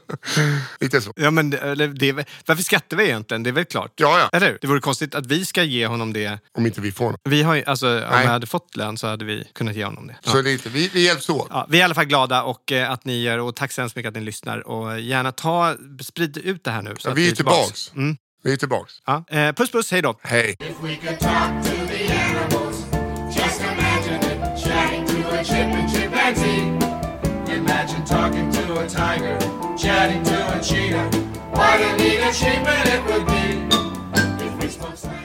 C: [laughs] Lite så.
D: Ja, men det, eller det, är väl- varför skrattar vi egentligen? Det är väl klart?
C: Ja, ja.
D: Eller hur? Det vore konstigt att vi ska ge honom det.
C: Om inte vi får någon.
D: Vi har ju, alltså, om
C: Nej.
D: vi hade fått lön så hade vi kunnat ge honom det. Ja.
C: Så lite. Vi, vi hjälps åt.
D: Ja, vi är i alla fall glada och eh, att ni gör och tack så hemskt mycket att ni lyssnar. Och gärna ta, sprid ut det här nu. Så att
C: vi är
D: tillbaks.
C: tillbaks. Mm. Vi är tillbaks.
D: Ja. Eh, puss puss, hej då.
C: Hej.
B: If we could talk to the animals, just imagine it, chatting to a chip and chimpanzee. Imagine talking to a tiger, chatting to a cheetah. What a neat achievement it would be if we spoke slang.